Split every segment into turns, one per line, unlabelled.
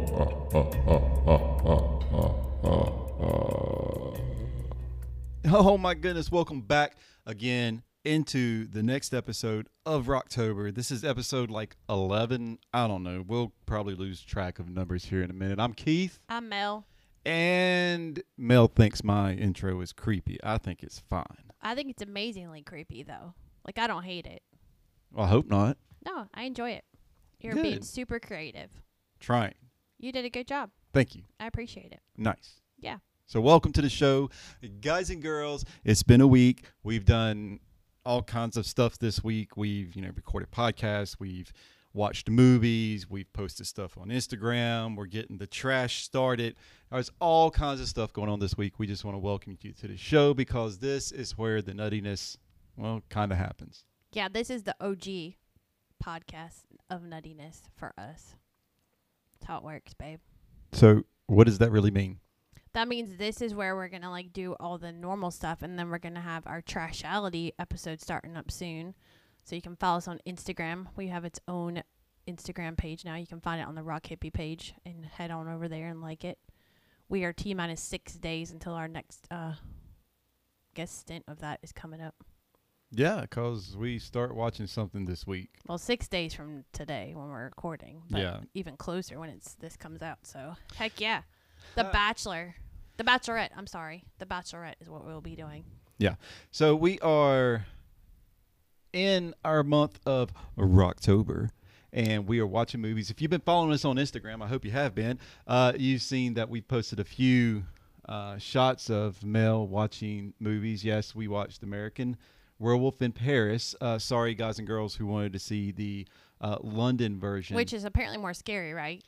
Oh my goodness, welcome back again into the next episode of Rocktober. This is episode like 11. I don't know. We'll probably lose track of numbers here in a minute. I'm Keith,
I'm Mel.
and Mel thinks my intro is creepy. I think it's fine.
I think it's amazingly creepy though. Like I don't hate it.
Well, I hope not.
No, I enjoy it. You're being
Good.
super creative.
Trying.
You did a good job.
Thank you.
I appreciate it.
Nice.
Yeah.
So, welcome to the show, guys and girls. It's been a week. We've done all kinds of stuff this week. We've, you know, recorded podcasts, we've watched movies, we've posted stuff on Instagram, we're getting the trash started. There's all kinds of stuff going on this week. We just want to welcome you to the show because this is where the nuttiness, well, kind of happens.
Yeah, this is the OG podcast of nuttiness for us. That's how it works, babe.
So, what does that really mean?
That means this is where we're gonna like do all the normal stuff and then we're gonna have our trashality episode starting up soon. So you can follow us on Instagram. We have its own Instagram page now. You can find it on the Rock Hippie page and head on over there and like it. We are T minus six days until our next uh guest stint of that is coming up.
Yeah, because we start watching something this week.
Well, six days from today when we're recording. But
Yeah.
Even closer when it's this comes out. So heck yeah. Uh, The Bachelor. The Bachelorette, I'm sorry. The Bachelorette is what we'll be doing.
So we are in our month of Rocktober, and we are watching movies. If you've been following us on Instagram, I hope you have been. Uh, you've seen that we posted a few uh, shots of Mel watching movies. Yes, we watched American Werewolf in Paris. Uh, sorry, guys and girls who wanted to see the uh, London version.
Which is apparently more scary, right?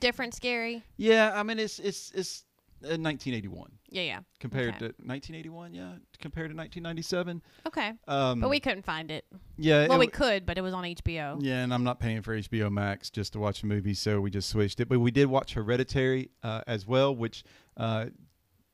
Different scary.
yeah, I mean it's it's it's uh, 1981
Yeah, yeah.
compared
Okay.
to 1981. Yeah, compared to 1997.
Okay.
Um,
But we couldn't find it.
yeah
Well,
it
we
w-
could, but it was on HBO.
Yeah, and I'm not paying for HBO Max just to watch a movie, so we just switched it. But we did watch Hereditary uh, as well, which uh,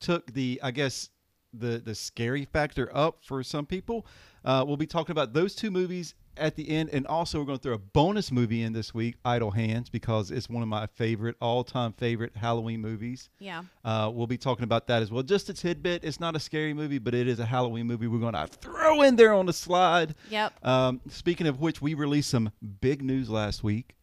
took the, I guess, the the scary factor up for some people. Uh, we'll be talking about those two movies at the end, and also we're going to throw a bonus movie in this week, Idle Hands, because it's one of my favorite, all time favorite Halloween movies.
Yeah.
Uh, we'll be talking about that as well. Just a tidbit. It's not a scary movie, but it is a Halloween movie. We're going to throw in there on the slide.
Yep.
Um, speaking of which, we released some big news last week.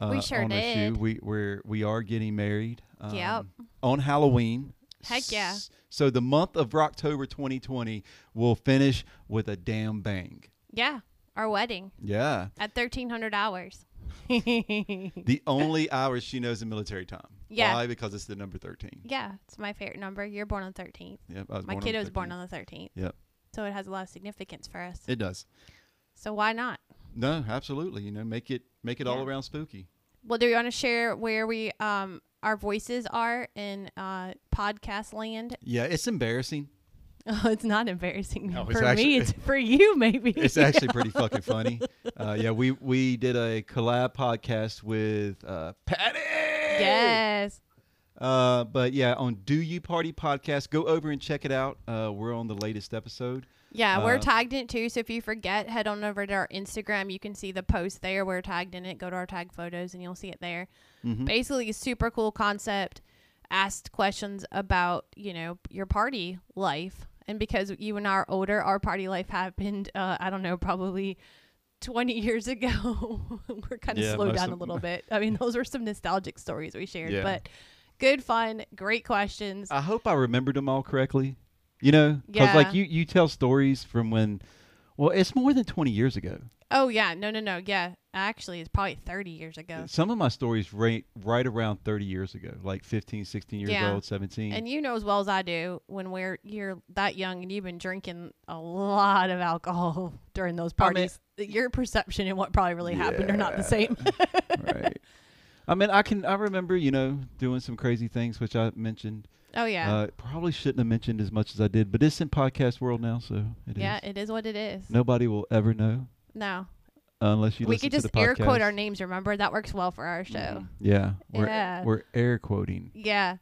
Uh,
We sure
on our shoe.
did.
We we're, we are getting married. Um,
Yep.
On Halloween.
Heck yeah.
S- So the month of October 2020 will finish with a damn bang.
Yeah. Our wedding
Yeah.
at 1300 hours.
The only hours she knows in military time.
Yeah.
Why? Because it's the number 13.
yeah. It's my favorite number. You're born on the 13th.
Yep. I was
My
born
kiddo
on
was
the
born
13th.
on the 13th.
Yep.
So it has a lot of significance for us.
It does.
So why not?
No, absolutely. You know, make it make it all
Yeah.
around spooky.
Well, do you want to share where we um our voices are in uh podcast land?
Yeah, it's embarrassing.
Oh, it's not embarrassing
No, it's
for
actually-
me. It's for you, maybe.
It's actually pretty fucking funny. Uh, yeah, we we did a collab podcast with uh, Patty.
yes.
Uh, but yeah, on Do You Party podcast, go over and check it out. Uh, we're on the latest episode.
Yeah,
Uh,
we're tagged in it too. So if you forget, head on over to our Instagram. You can see the post there. We're tagged in it. Go to our tag photos and you'll see it there.
Mhm.
Basically, a super cool concept. Asked questions about, you know, your party life. And because you and I are older, our party life happened, uh, I don't know, probably 20 years ago. we're kind of
Yeah,
slowed
most
down
of-
a little bit. I mean, those were some nostalgic stories we shared,
Yeah. Uh,
but good fun, great questions.
I hope I remembered them all correctly. You know, because like you
Yeah.
you tell stories from when, well, it's more than twenty years ago.
oh, yeah. No, no, no. Yeah. Actually, it's probably 30 years ago.
Some of my stories right right around thirty years ago, like 15, 16 years
Yeah.
old, seventeen.
And you know as well as I do, when we're you're that young and you've been drinking a lot of alcohol during those
I mean-
parties, that your perception and what probably really happened are not the same.
right. I mean, I can I remember you know doing some crazy things, which I mentioned.
oh yeah,
Uh, probably shouldn't have mentioned as much as I did, but it's in podcast world now, so it is.
yeah, it is what it is.
Nobody will ever know
No,
unless you
we
listen
could
to
just
the podcast.
air quote our names. Remember that works well for our show.
Mhm. Yeah, we're
Yeah.
we're air quoting.
Yeah,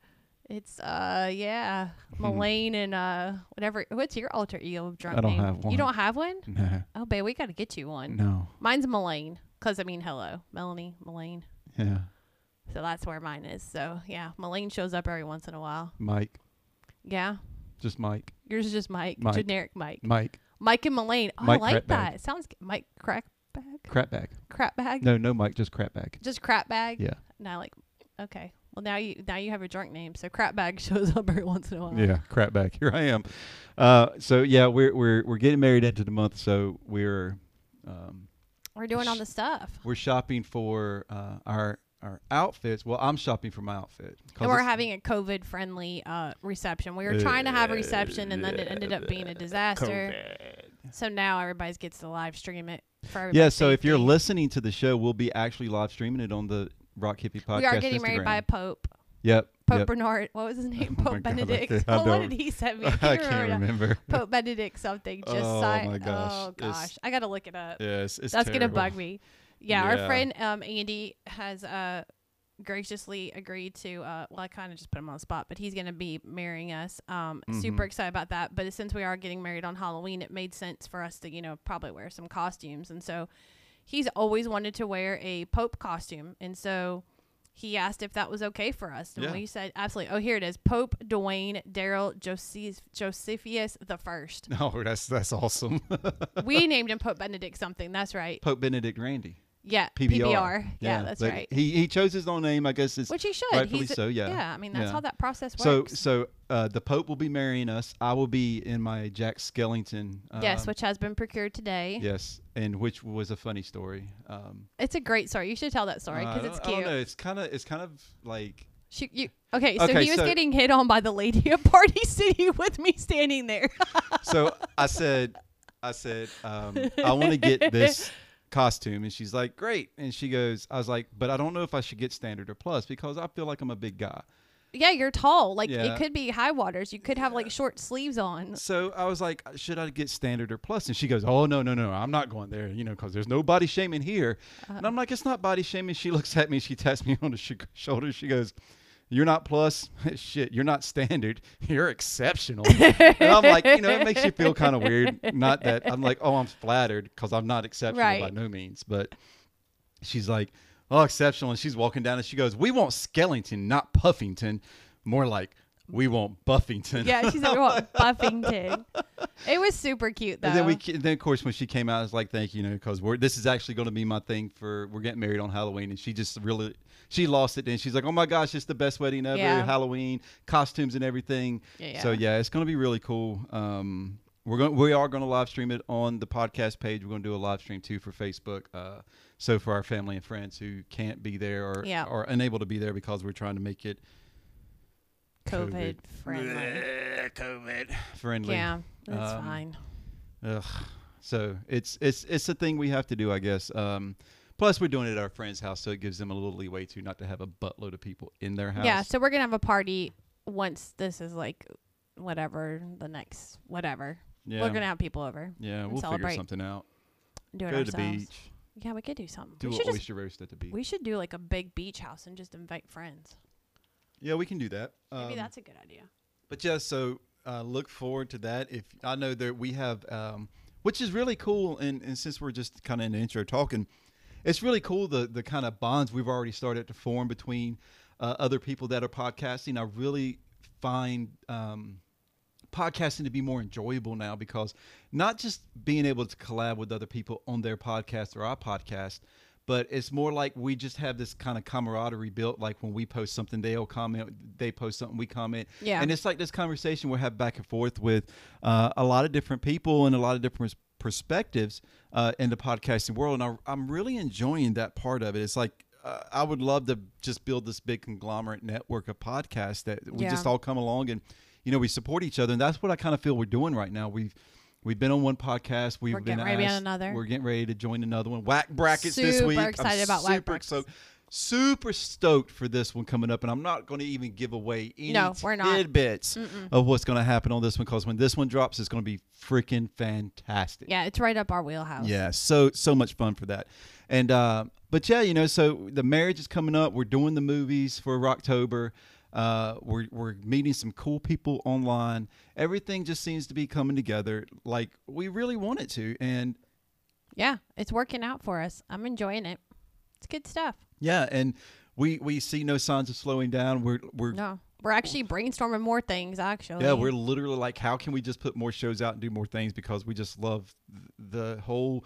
it's uh yeah, Malane and uh whatever. What's your alter ego of
Hmm.
drunk
I don't
name?
have one.
You don't have one?
No,
Oh babe, we gotta get you one.
no,
Mine's Malane, cause I mean hello, Melanie, Malane.
yeah.
So that's where mine is. So yeah, Malene shows up every once in a while.
Mike,
Yeah.
just Mike,
Yours is just Mike,
Mike.
generic Mike.
Mike,
Mike and Malene. Oh,
Mike
I like
Crapbag.
that. It sounds g- Mike crack bag,
crapbag.
crap bag,
No, no, Mike, just crapbag.
just crap bag.
Yeah.
And I like. Okay. Well, now you now you have a drunk name, so crap bag shows up every once in a while.
Yeah, crap back. Here I am. Uh, so yeah, we're we're we're getting married into the month, so we're um,
We're doing all
Sh-
the stuff,
we're shopping for uh, our our outfits. Well, I'm shopping for my outfit. 'cause
and we're
it's-
having a COVID friendly uh, reception. We were trying to have a reception, and then it ended up being a disaster. So now everybody gets to live stream it for everybody.
Yeah, so if you're listening to the show, we'll be actually live streaming it on the Rock Hippie Podcast.
we are getting
Instagram.
married by a pope.
Yep.
Pope
yep.
Bernard. What was his name?
Oh my
Pope
God, I
Benedict.
can't- I
Oh, what
don't-
did he send me?
I can't
now.
remember.
Pope Benedict something. Just
Oh
si-
my gosh,
Oh
it's-
gosh, I gotta look it up.
Yes, it's
That's gonna bug me. Yeah,
Yeah.
our friend um, Andy has uh, graciously agreed to. Uh, well, I kind of just put him on the spot, but he's gonna be marrying us. Um,
Mm-hmm.
super excited about that. But since we are getting married on Halloween, it made sense for us to you know probably wear some costumes, and so he's always wanted to wear a Pope costume, and so. He asked if that was okay for us, and
Yeah.
we said absolutely. Oh, here it is: Pope Dwayne Daryl Joseph, Josephius the First.
No, that's that's awesome.
we named him Pope Benedict something. That's right.
Pope Benedict Randy.
Yeah,
PBR.
PBR. Yeah, that's
but
right.
He he chose his own name, I guess. It's
Which he should.
rightfully
He's a-
so. Yeah.
Yeah, I mean that's
Yeah.
how that process
So
works.
so uh, the Pope will be marrying us. I will be in my Jack Skellington. Um,
yes, which has been procured today.
yes, and which was a funny story. Um,
It's a great story. You should tell that story
uh,
because
I
it's
don't- I don't know.
cute.
It's kind of it's kind of like
She, you, okay, so
Okay,
he was
so-
getting hit on by the lady at Party City with me standing there.
so I said, I said, um, I want to get this costume, and she's like, great. And she goes, I was like, but I don't know if I should get standard or plus because I feel like I'm a big guy.
yeah, you're tall. Like
Yeah.
it could be high waters. You could have like short sleeves on.
So I was like, "Uh, should I get standard or plus? And she goes, oh no no no, I'm not going there, you know, because there's no body shaming here. And I'm like, it's not body shaming. She looks at me, she taps me on the sh- shoulder, she goes. You're not plus, shit. You're not standard. You're exceptional. and I'm like, you know, it makes you feel kind of weird. Not that I'm like, oh, I'm flattered because I'm not exceptional by
Right.
no means. But she's like, oh, exceptional. And she's walking down and she goes, we want Skellington, not Puffington. More like, we want Buffington.
Yeah, she's like, what Buffington. It was super cute though.
And then we, ca- then of course, when she came out, I was like, "Thank you, you know, because we're this is actually going to be my thing for we're getting married on Halloween." And she just really, she lost it. Then she's like, "Oh my gosh, it's the best wedding ever!
Yeah.
Halloween costumes and everything."
Yeah,
So
yeah.
yeah, it's going to be really cool. Um, we're going, we are going to live stream it on the podcast page. We're going to do a live stream too for Facebook. Uh, so for our family and friends who can't be there or
Yeah.
or unable to be there because we're trying to make it
COVID,
COVID.
friendly.
COVID friendly.
Yeah, that's
Um,
fine.
Ugh. So it's it's it's a thing we have to do, I guess. Um, plus, we're doing it at our friend's house, so it gives them a little leeway too, not to have a buttload of people in their house.
Yeah, so we're gonna have a party once this is like whatever the next whatever.
yeah,
We're gonna have people over.
yeah,
and
we'll figure
celebrate.
something out.
Do it
Go to the
ourselves.
beach,
Yeah, we could do something.
do
we
an
should
oyster
just
roast at the beach.
we should do like a big beach house and just invite friends.
yeah, we can do that.
Maybe
Um,
that's a good idea.
But yeah, so uh, look forward to that. If I know that we have, um, which is really cool, and, and since we're just kind of in the intro talking, it's really cool the the kind of bonds we've already started to form between uh, other people that are podcasting. I really find. Um, podcasting to be more enjoyable now because not just being able to collab with other people on their podcast or our podcast, but it's more like we just have this kind of camaraderie built. Like when we post something, they'll comment, they post something, we comment.
Yeah.
And it's like this conversation we're having back and forth with uh, a lot of different people and a lot of different perspectives uh, in the podcasting world. And I, I'm really enjoying that part of it. It's like, uh, I would love to just build this big conglomerate network of podcasts that we
Yeah.
just all come along and you know we support each other and that's what i kind of feel we're doing right now we've we've been on one podcast we've
We're
been
getting ready to be on
asked-
another.
we're getting ready to join another one whack brackets this
Super
week
excited about
super
Whack Brackets.
stoked super stoked for this one coming up and i'm not going to even give away any
No, we're not.
tidbits of what's going to happen on this one because when this one drops it's going to be freaking fantastic
Yeah, it's right up our wheelhouse.
yeah, so so much fun for that, and uh, but yeah, you know, so the marriage is coming up. We're doing the movies for Rocktober. Uh, we're we're meeting some cool people online. Everything just seems to be coming together like we really want it to, and
Yeah, it's working out for us. I'm enjoying it. It's good stuff.
yeah, and we we see no signs of slowing down. We're we're
No, we're actually brainstorming more things. Actually,
yeah, we're uh, literally like, how can we just put more shows out and do more things because we just love th- the whole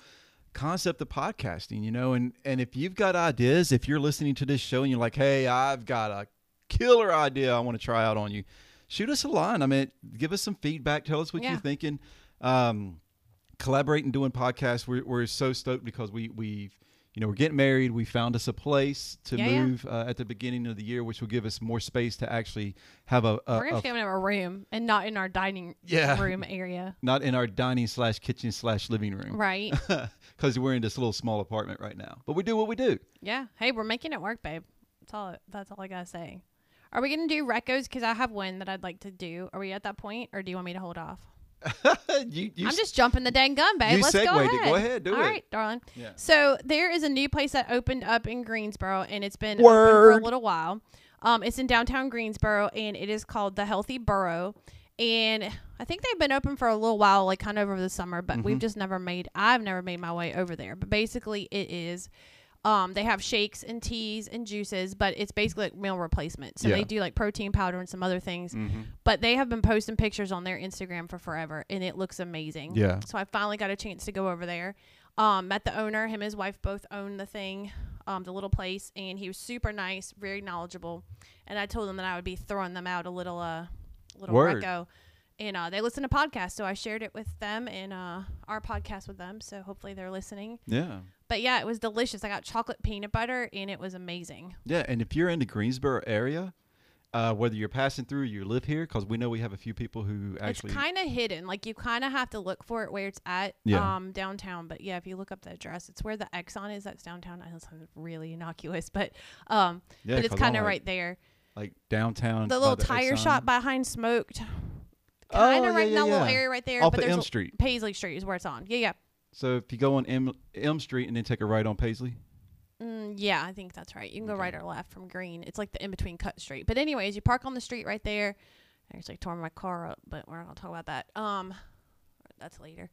concept of podcasting, you know? And and if you've got ideas, if you're listening to this show and you're like, hey, I've got a killer idea I want to try out on you, shoot us a line. I mean, give us some feedback. Tell us what
Yeah.
you're thinking. Um, collaborate and doing podcasts. We're we're so stoked because we we've. You know, we're getting married. We found us a place to
Yeah, yeah.
move Uh, at the beginning of the year, which will give us more space to actually have a, a,
we're gonna
a
have to go in our room and not in our dining
uh, Yeah.
room area,
not in our dining slash kitchen slash living room
right?
because we're in this little small apartment right now but we do what we do
yeah. Hey, we're making it work, babe. That's all. That's all I gotta say. Are we gonna do recos? Because I have one that I'd like to do. Are we at that point, or do you want me to hold off?
you, you
I'm
s-
just jumping the dang gun, babe.
you
Let's go
segued it.
ahead.
Go ahead, do
All
it.
right, darling.
Yeah.
So there is a new place that opened up in Greensboro, and it's been open for
Word.
a little while. Um, it's in downtown Greensboro, and it is called the Healthy Borough. And I think they've been open for a little while, like kind of over the summer, but
Mm-hmm.
we've just never made. I've never made my way over there. But basically, it is. Um, they have shakes and teas and juices, but it's basically like meal replacement. So
Yeah. Mm-hmm.
they do like protein powder and some other things. But they have been posting pictures on their Instagram for forever, and it looks amazing.
Yeah.
So I finally got a chance to go over there. Um, met the owner. Him and his wife both own the thing, um, the little place, and he was super nice, very knowledgeable. And I told him that I would be throwing them out a little, uh, little
Word.
reco. And uh, they listen to podcasts, so I shared it with them and uh, our podcast with them. So hopefully they're listening.
yeah
But yeah, it was delicious. I got chocolate peanut butter, and it was amazing.
yeah and if you're in the greensboro area uh, whether you're passing through or you live here because we know we have a few people who actually
it's kind of hidden. Like you kind of have to look for it where it's at
Yeah.
um, downtown. But yeah, if you look up the address, it's where the Exxon is. That's downtown. I know it sounds really innocuous, but um,
Yeah,
but it's
'cause I'm
kind of
like-
right there.
like downtown
The
by
little
the
tire
Exxon.
shop behind Smoked,
Oh,
kind of
yeah,
right in
yeah,
that little
yeah.
area right there.
Off
but
of
there's
M
a-
Street.
Paisley Street is where it's on. Yeah, yeah,
so if you go on M, M Street and then take a right on Paisley
Mm, yeah. I think that's right. You can go right or left from Green. It's like the in between cut street. But anyways, you park on the street right there. I actually tore my car up, but we're not gonna talk about that. Um, that's later.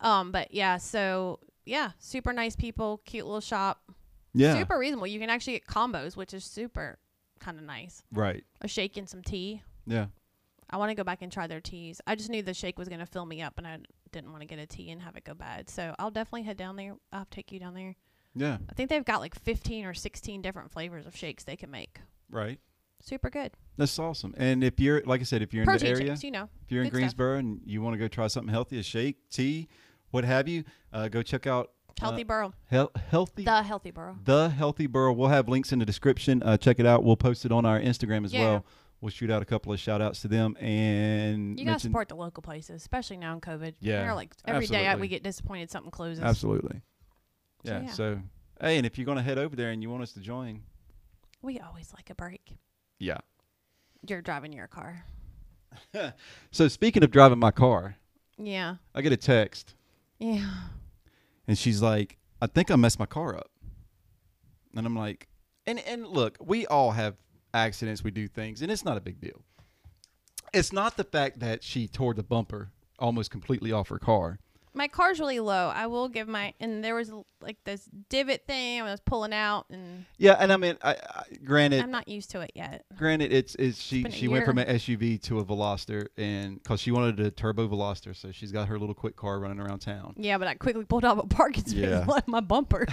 Um, but yeah, so yeah, super nice people, cute little shop,
yeah
super reasonable. You can actually get combos, which is super kind of nice.
right
A shake and some tea.
yeah
I want to go back and try their teas. I just knew the shake was gonna fill me up, and I didn't want to get a tea and have it go bad. So I'll definitely head down there. I'll take you down there.
yeah
I think they've got like 15 or 16 different flavors of shakes they can make.
right
Super good.
that's awesome and if you're like I said if you're in the
Protein
area
shakes, you know.
If you're in
Good stuff.
Greensboro and you want to go try something healthy, a shake, tea, what have you, uh, go check out uh,
Healthy Borough.
Hel- healthy
The Healthy Borough.
The Healthy Borough. We'll have links in the description. Uh, check it out. We'll post it on our Instagram as
Yeah.
well. We'll shoot out a couple of shout outs to them and
You gotta
mention-
support the local places, especially now in COVID.
Yeah,
We're like every day out
absolutely.
we get disappointed something closes.
absolutely.
So,
Yeah,
yeah.
So hey, and if you're gonna head over there and you want us to join,
We always like a break.
yeah.
You're driving your car.
So speaking of driving my car,
Yeah.
I get a text
Yeah.
and she's like, "I think I messed my car up," and I'm like, "And and look, we all have accidents, we do things, and it's not a big deal. It's not the fact that she tore the bumper almost completely off her car.
My car's really low. I will give my and there was like this divot thing I was pulling out and
Yeah, and I mean, I, I granted,
I'm not used to it yet.
granted, it's it's she
been a
she went from
year.
an SUV to a Veloster, and because she wanted a turbo Veloster, so she's got her little quick car running around town.
Yeah, but I quickly pulled out a parking space
Yeah.
and left my bumper.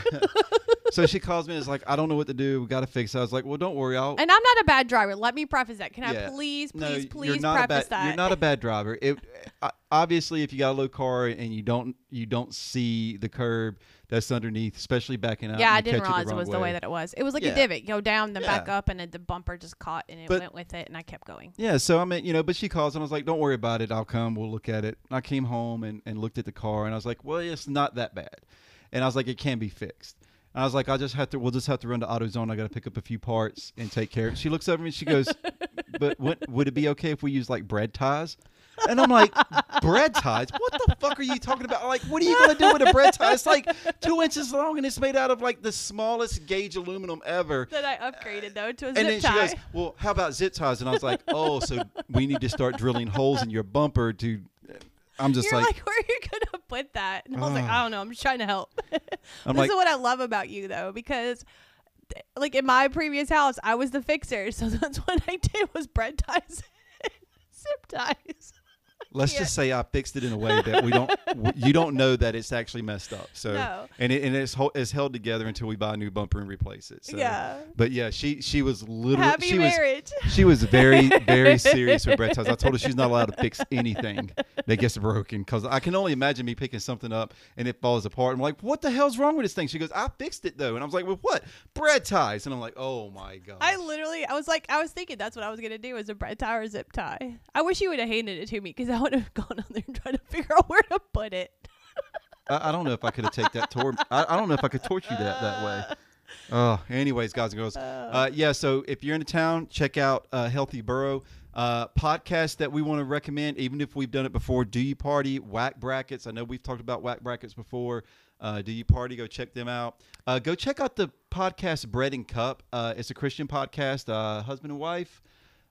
so she calls me and is like, "I don't know what to do. We got to fix it." I was like, "Well, don't worry, I'll."
and I'm not a bad driver. Let me preface that. Can
Yeah.
I please,
No,
please, please
you're not
preface
a bad,
that?
You're not a bad driver. It uh, obviously, if you got a low car and you don't you don't see the curb that's underneath, especially backing out.
yeah,
and
I
you
didn't
catch the
realize it
wrong
was the way that it was. It was like
Yeah.
a divot, go down, then back
Yeah.
up, and it, the bumper just caught and it
But-
went with it, and I kept going.
Yeah, so I mean, you know, but she calls and I was like, "Don't worry about it. I'll come. We'll look at it." And I came home and, and looked at the car and I was like, "Well, it's not that bad," and I was like, "It can be fixed." And I was like, "I just have to. We'll just have to run to AutoZone. I got to pick up a few parts and take care." of it. She looks over at me. and She goes, "But what, would it be okay if we use like bread ties?" And I'm like, "Bread ties? What the fuck are you talking about? Like, what are you gonna do with a bread tie? It's like two inches long and it's made out of like the smallest gauge aluminum ever."
Then I upgraded though to a
And
zip
then
tie.
she goes, "Well, how about zip ties?" And I was like, "Oh, so we need to start drilling holes in your bumper to." I'm just
You're
like,
like, where are you gonna put that? And I was like,
Ugh.
I don't know. I'm just trying to help.
I'm
this
like-
is what I love about you though, because like in my previous house, I was the fixer, so that's what I did was bread ties, and zip ties.
Let's just say I fixed it in a way that we don't, w- you don't know that it's actually messed up. So,
No.
and it, and it's ho- it's held together until we buy a new bumper and replace it. So.
Yeah.
But yeah, she she was literally
Happy
she was
marriage.
she was very very serious with bread ties. I told her she's not allowed to fix anything that gets broken because I can only imagine me picking something up and it falls apart. I'm like, what the hell's wrong with this thing? She goes, I fixed it though, and I was like, well, what bread ties? And I'm like, oh my god.
I literally, I was like, I was thinking that's what I was gonna do is a bread tie or zip tie. I wish you would have handed it to me because I would have gone on there and tried to figure out where to put it.
I, I don't know if I could have take that tour. I, I don't know if I could torture you that that way. Oh, anyways, guys and girls. Uh, yeah, so if you're into town, check out uh, Healthy Burrow. Uh, podcast that we want to recommend, even if we've done it before, Do You Party, Whack Brackets. I know we've talked about Whack Brackets before. Uh, Do You Party? Go check them out. Uh, go check out the podcast Bread and Cup. Uh, it's a Christian podcast, uh, husband and wife.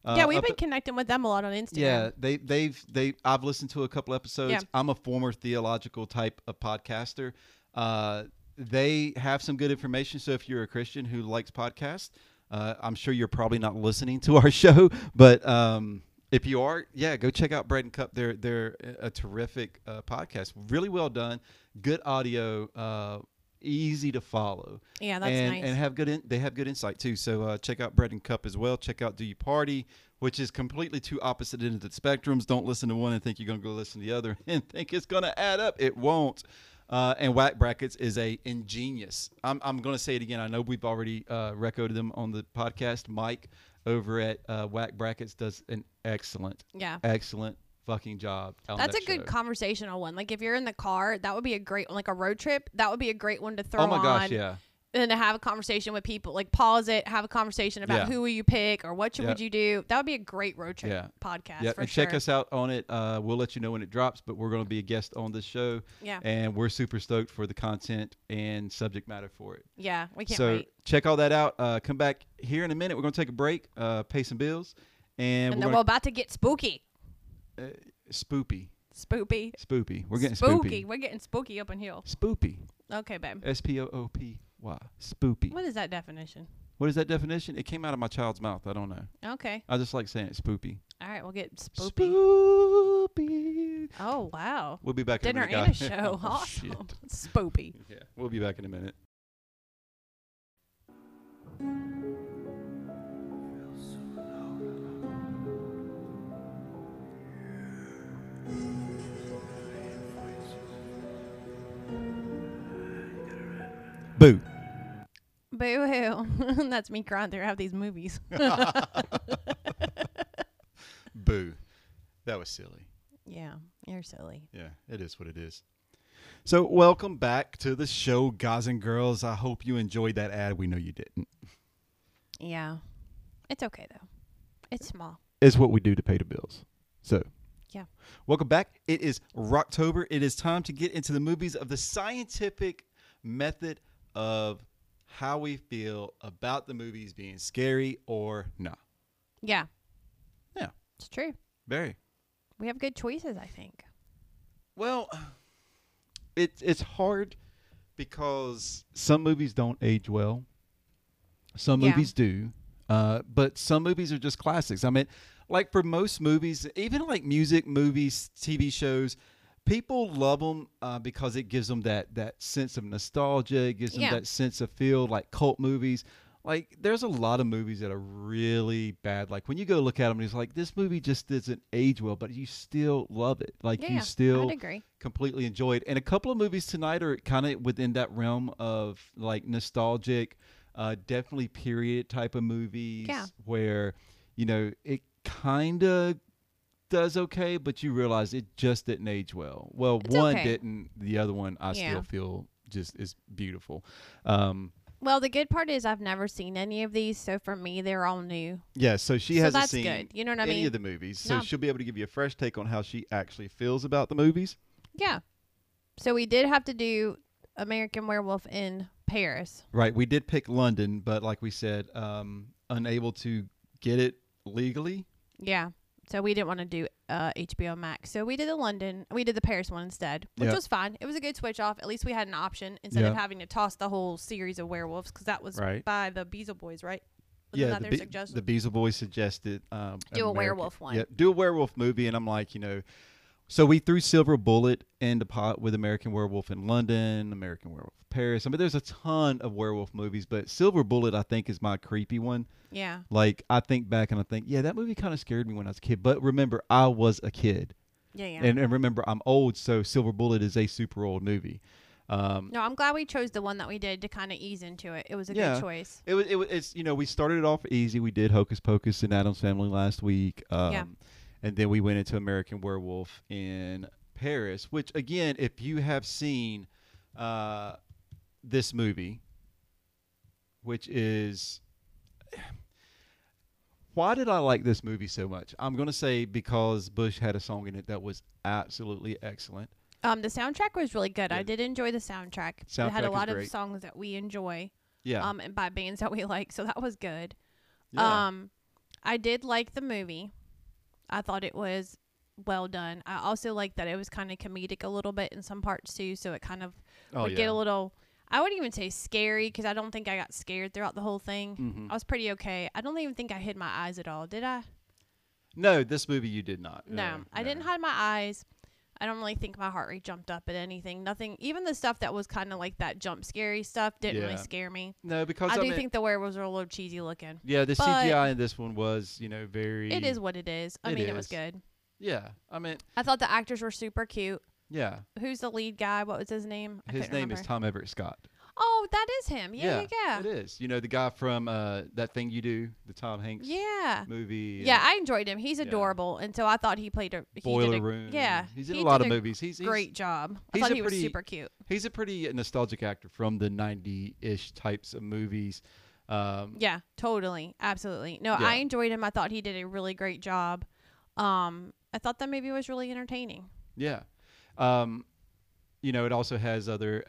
Uh,
yeah, we've
up-
been connecting with them a lot on Instagram.
yeah, they they've they I've listened to a couple episodes.
Yeah.
I'm a former theological type of podcaster. Uh, they have some good information. So if you're a Christian who likes podcasts, uh, I'm sure you're probably not listening to our show, but um, if you are, yeah, go check out Bread and Cup. They're they're a terrific uh, podcast. Really well done. Good audio. Uh, easy to follow
Yeah, that's
and,
nice.
and have good in, they have good insight too so uh, check out bread and cup as well check out do you party which is completely two opposite ends of the spectrums don't listen to one and think you're going to go listen to the other and think it's going to add up it won't uh, and whack brackets is a ingenious i'm, I'm going to say it again i know we've already uh, recorded them on the podcast mike over at uh, whack brackets does an excellent
yeah.
excellent fucking job on
That's
Oh, that
a good
show.
conversational one. Like if you're in the car, that would be a great like a road trip. That would be a great one to throw
oh my gosh
on
yeah
and to have a conversation with people. Like pause it, have a conversation about
Yeah.
who will you pick or what you
Yeah.
would you do. That would be a great road trip
Yeah.
podcast
yeah,
for
and
sure.
check us out on it. Uh, we'll let you know when it drops, but we're going to be a guest on this show.
Yeah.
And we're super stoked for the content and subject matter for it.
yeah, we can't
so
wait.
check all that out. Uh, come back here in a minute. We're going to take a break, uh, pay some bills, and,
And
we're
then we're
going
about to get spooky.
to spoopy.
Spoopy.
Spoopy. We're getting
spooky.
spoopy.
We're getting spooky up in here.
Spoopy.
Okay, babe.
S P O O P Y. Spoopy.
What is that definition?
What is that definition? It came out of my child's mouth. I don't know.
Okay.
I just like saying it. Spoopy.
All right, we'll get spoopy.
Spoopy.
oh, wow.
We'll be back in
Dinner
a minute.
and a
guys.
show.
Oh,
awesome.
shit.
Spoopy.
Yeah, we'll be back in a minute. Boo.
Boo hoo. That's me crying through half these movies.
Boo. That was silly.
yeah, you're silly.
Yeah, it is what it is. So, welcome back to the show, guys and girls. I hope you enjoyed that ad. We know you didn't.
Yeah. It's okay, though. It's small.
It's what we do to pay the bills. So,
Yeah.
welcome back. It is Rocktober. It is time to get into the movies of the scientific method of how we feel about the movies being scary or not.
Yeah,
Yeah,
it's true.
very.
We have good choices, I think.
Well, it's it's hard because some movies don't age well. Some
Yeah.
movies do, uh, but some movies are just classics. I mean, like for most movies, even like music, movies, TV shows, people love them uh, because it gives them that that sense of nostalgia. It gives them
Yeah.
that sense of feel, like cult movies. Like there's a lot of movies that are really bad. Like when you go look at them, it's like this movie just doesn't age well, but you still love it. Like
Yeah,
you still
I'd agree.
completely enjoyed. And a couple of movies tonight are kind of within that realm of like nostalgic, uh, definitely period type of movies
Yeah.
where, you know, it kind of does okay, but you realize it just didn't age well. Well,
It's
one
okay.
didn't, the other one I
Yeah.
still feel just is beautiful. Um,
Well, the good part is I've never seen any of these, so for me, they're all new.
yeah, so she
so
hasn't
that's
seen
good. You know what I
any
mean?
of the movies, so
No.
she'll be able to give you a fresh take on how she actually feels about the movies.
yeah. So we did have to do American Werewolf in Paris.
Right. We did pick London, but like we said, um, unable to get it legally.
Yeah. So we didn't want to do uh, HBO Max. So we did the London, we did the Paris one instead, which
Yep.
was fine. It was a good switch off. At least we had an option instead of
Yeah.
having to toss the whole series of werewolves because that was
Right.
by the Beazle Boys, right? Wasn't
yeah,
that
the,
their
Be-
suggestion?
the Beezle Boys suggested um,
Do a werewolf one.
Yeah, do a werewolf movie, and I'm like, you know, so we threw Silver Bullet in the pot with American Werewolf in London, American Werewolf in Paris. I mean, there's a ton of werewolf movies, but Silver Bullet I think is my creepy one.
yeah.
Like I think back and I think, yeah, that movie kind of scared me when I was a kid. But remember, I was a kid,
Yeah, yeah.
and, and remember, I'm old, so Silver Bullet is a super old movie. Um,
no, I'm glad we chose the one that we did to kind of ease into it. It was a
Yeah.
good choice.
It was, it was, it's, you know, we started it off easy. We did Hocus Pocus and Adam's Family last week. Um,
Yeah.
And then we went into American Werewolf in Paris, which, again, if you have seen uh, this movie, which is. Why did I like this movie so much? I'm going to say because Bush had a song in it that was absolutely excellent.
Um, the soundtrack was really good.
Yeah.
I did enjoy the soundtrack. it
Soundtrack
had
is
a lot of
great.
songs that we enjoy.
Yeah.
Um, and by bands that we like, so that was good.
yeah.
Um, I did like the movie. I thought it was well done. I also liked that it was kind of comedic a little bit in some parts too, so it kind of
oh,
would
yeah.
get a little. I wouldn't even say scary because I don't think I got scared throughout the whole thing.
Mhm.
I was pretty okay. I don't even think I hid my eyes at all. Did I?
No, this movie you did not.
No, I didn't hide my eyes. I don't really think my heart rate jumped up at anything. Nothing, even the stuff that was kind of like that jump scary stuff didn't
Yeah.
really scare me.
No, because
I do
mean-
think the werewolves are a little cheesy looking.
Yeah, the
But-
CGI in this one was, you know, very.
It is what it is. I
It
mean, it was
is.
good.
Yeah, I mean,
I thought the actors were super cute.
yeah.
Who's the lead guy? What was his name? I
His
couldn't
name is
remember.
Tom Everett Scott.
Oh, that is him. Yeah, yeah,
it is. You know, the guy from uh, that thing you do, the Tom Hanks
yeah. Yeah.
movie.
Yeah,
and
I enjoyed him. He's
Yeah.
adorable, and so I thought he played a he did
Boiler
a-
Room.
Yeah,
he's in
he
a lot
did
of movies. He's, he's
Great job. I
he's
thought
a
he was
pretty-
super cute.
He's a pretty nostalgic actor from the '90-ish types of movies. Um,
Yeah, totally, absolutely. No,
Yeah.
I enjoyed him. I thought he did a really great job. Um, I thought that movie was really entertaining.
Yeah. Um, you know, it also has other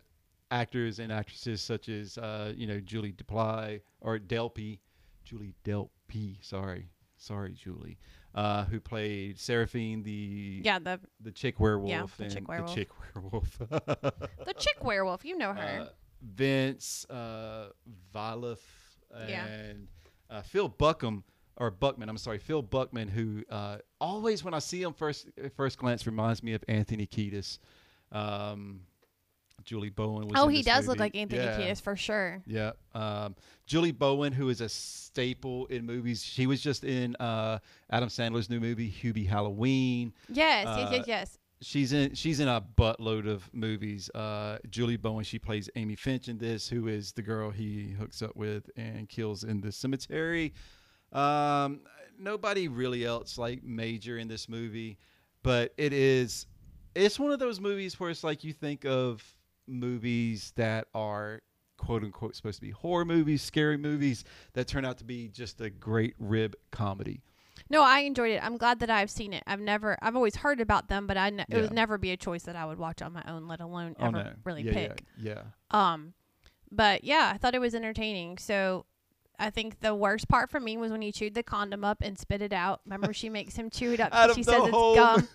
actors and actresses such as, uh, you know, Julie Deply or Delpy. Julie Delpy, sorry. Sorry, Julie. Uh, who played Seraphine, the
Yeah, the
the chick werewolf
the
and
chick werewolf.
the chick werewolf.
the chick werewolf. You know her.
uh, Vince, uh, Violet, and
Yeah.
uh, Phil Buckham or Buckman. I'm sorry, Phil Buckman, who uh, always when I see him first at first glance reminds me of Anthony Kiedis. Um, Julie Bowen. Was
oh,
in
he
this
does look
movie.
like Anthony
yeah.
Kiedis for sure.
Yeah. Um, Julie Bowen, who is a staple in movies. She was just in uh, Adam Sandler's new movie, Hubie Halloween.
Yes,
Uh,
yes, yes, yes.
She's in she's in a buttload of movies. Uh, Julie Bowen, she plays Amy Finch in this, who is the girl he hooks up with and kills in the cemetery. Um, nobody really else like major in this movie, but it is it's one of those movies where it's like you think of movies that are quote unquote supposed to be horror movies, scary movies that turn out to be just a great rib comedy.
No, I enjoyed it. I'm glad that I've seen it. I've never, I've always heard about them, but I ne- it
Yeah.
would never be a choice that I would watch on my own, let alone
oh
ever
no,
really
yeah,
pick.
yeah, yeah.
Um, but yeah, I thought it was entertaining. So I think the worst part for me was when he chewed the condom up and spit it out. Remember, she makes him chew it up. 'cause
Out of
she
the
says
hole.
it's gum.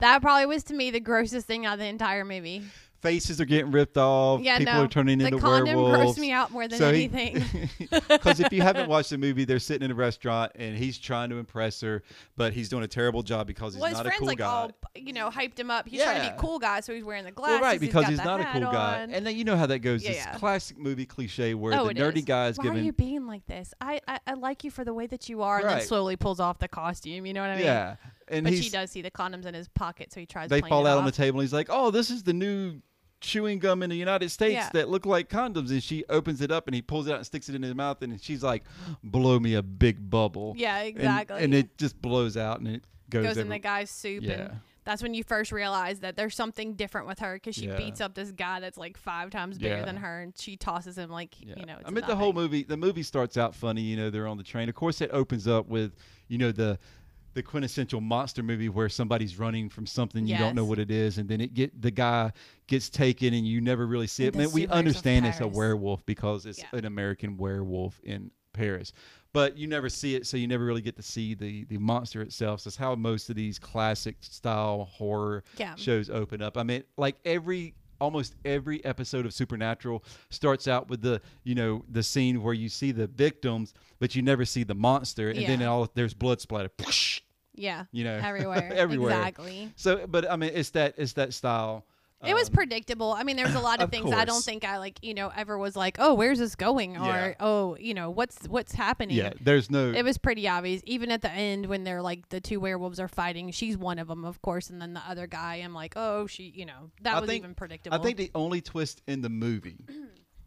That probably was to me the grossest thing out of the entire movie.
faces are getting ripped off.
Yeah,
people
no.
are turning
The
into
condom
werewolves.
grossed me out more than
So he-
anything.
Because if you haven't watched the movie, they're sitting in a restaurant and he's trying to impress her, but he's doing a terrible job because he's
well, his
not a
friends
cool
like
guy.
all you know hyped him up. He's trying to
Yeah.
be cool guy, so he's wearing the glasses.
well, right, because
got
he's
the
not a cool
hat
guy,
on.
and then you know how that goes.
Yeah,
this
yeah.
classic movie cliche where
Oh,
the
it
nerdy
is.
guy is
Why
given,
are you being like this? I, I I like you for the way that you are, and
Right.
then slowly pulls off the costume. You know what I mean?
yeah, and
But
he's
she does see the condoms in his pocket, so he tries.
they
playing
fall
it
out
off.
on the table. and He's like, "Oh, this is the new." Chewing gum in the United States
Yeah.
that look like condoms, and she opens it up and he pulls it out and sticks it in his mouth, and she's like, "Blow me a big bubble."
Yeah,
And-
exactly.
And, it just blows out and it goes,
goes in
every-
the guy's soup,
Yeah.
and that's when you first realize that there's something different with her because she
Yeah.
beats up this guy that's like five times bigger
Yeah.
than her, and she tosses him like you know. It's
I mean, the whole
nothing.
movie. The movie starts out funny. You know, they're on the train. Of course, it opens up with you know the the quintessential monster movie where somebody's running from something you don't know
Yes.
what it is, and then it get the guy gets taken, and you never really see
And
it.
the
Man, we
sewers of
understand it's a
Paris.
werewolf because it's
Yeah.
an American werewolf in Paris, but you never see it, so you never really get to see the the monster itself. So that's how most of these classic style horror
Yeah.
shows open up. I mean, like every almost every episode of Supernatural starts out with the you know the scene where you see the victims, but you never see the monster, and then
Yeah.
all there's blood splatter.
Yeah.
You know,
Everywhere.
everywhere.
Exactly.
So, but I mean, it's that it's that style.
It was
um,
predictable. I mean, there was a lot of,
of
things I don't
course.
think I like, you know, ever was like, "Oh, where's this going?" or
Yeah.
"Oh, you know, what's what's happening?"
yeah. There's no
It was pretty obvious. Even at the end when they're like the two werewolves are fighting, she's one of them, of course, and then the other guy, I'm like, "Oh, she, you know, that
I
was
think-
even predictable."
I think the only twist in the movie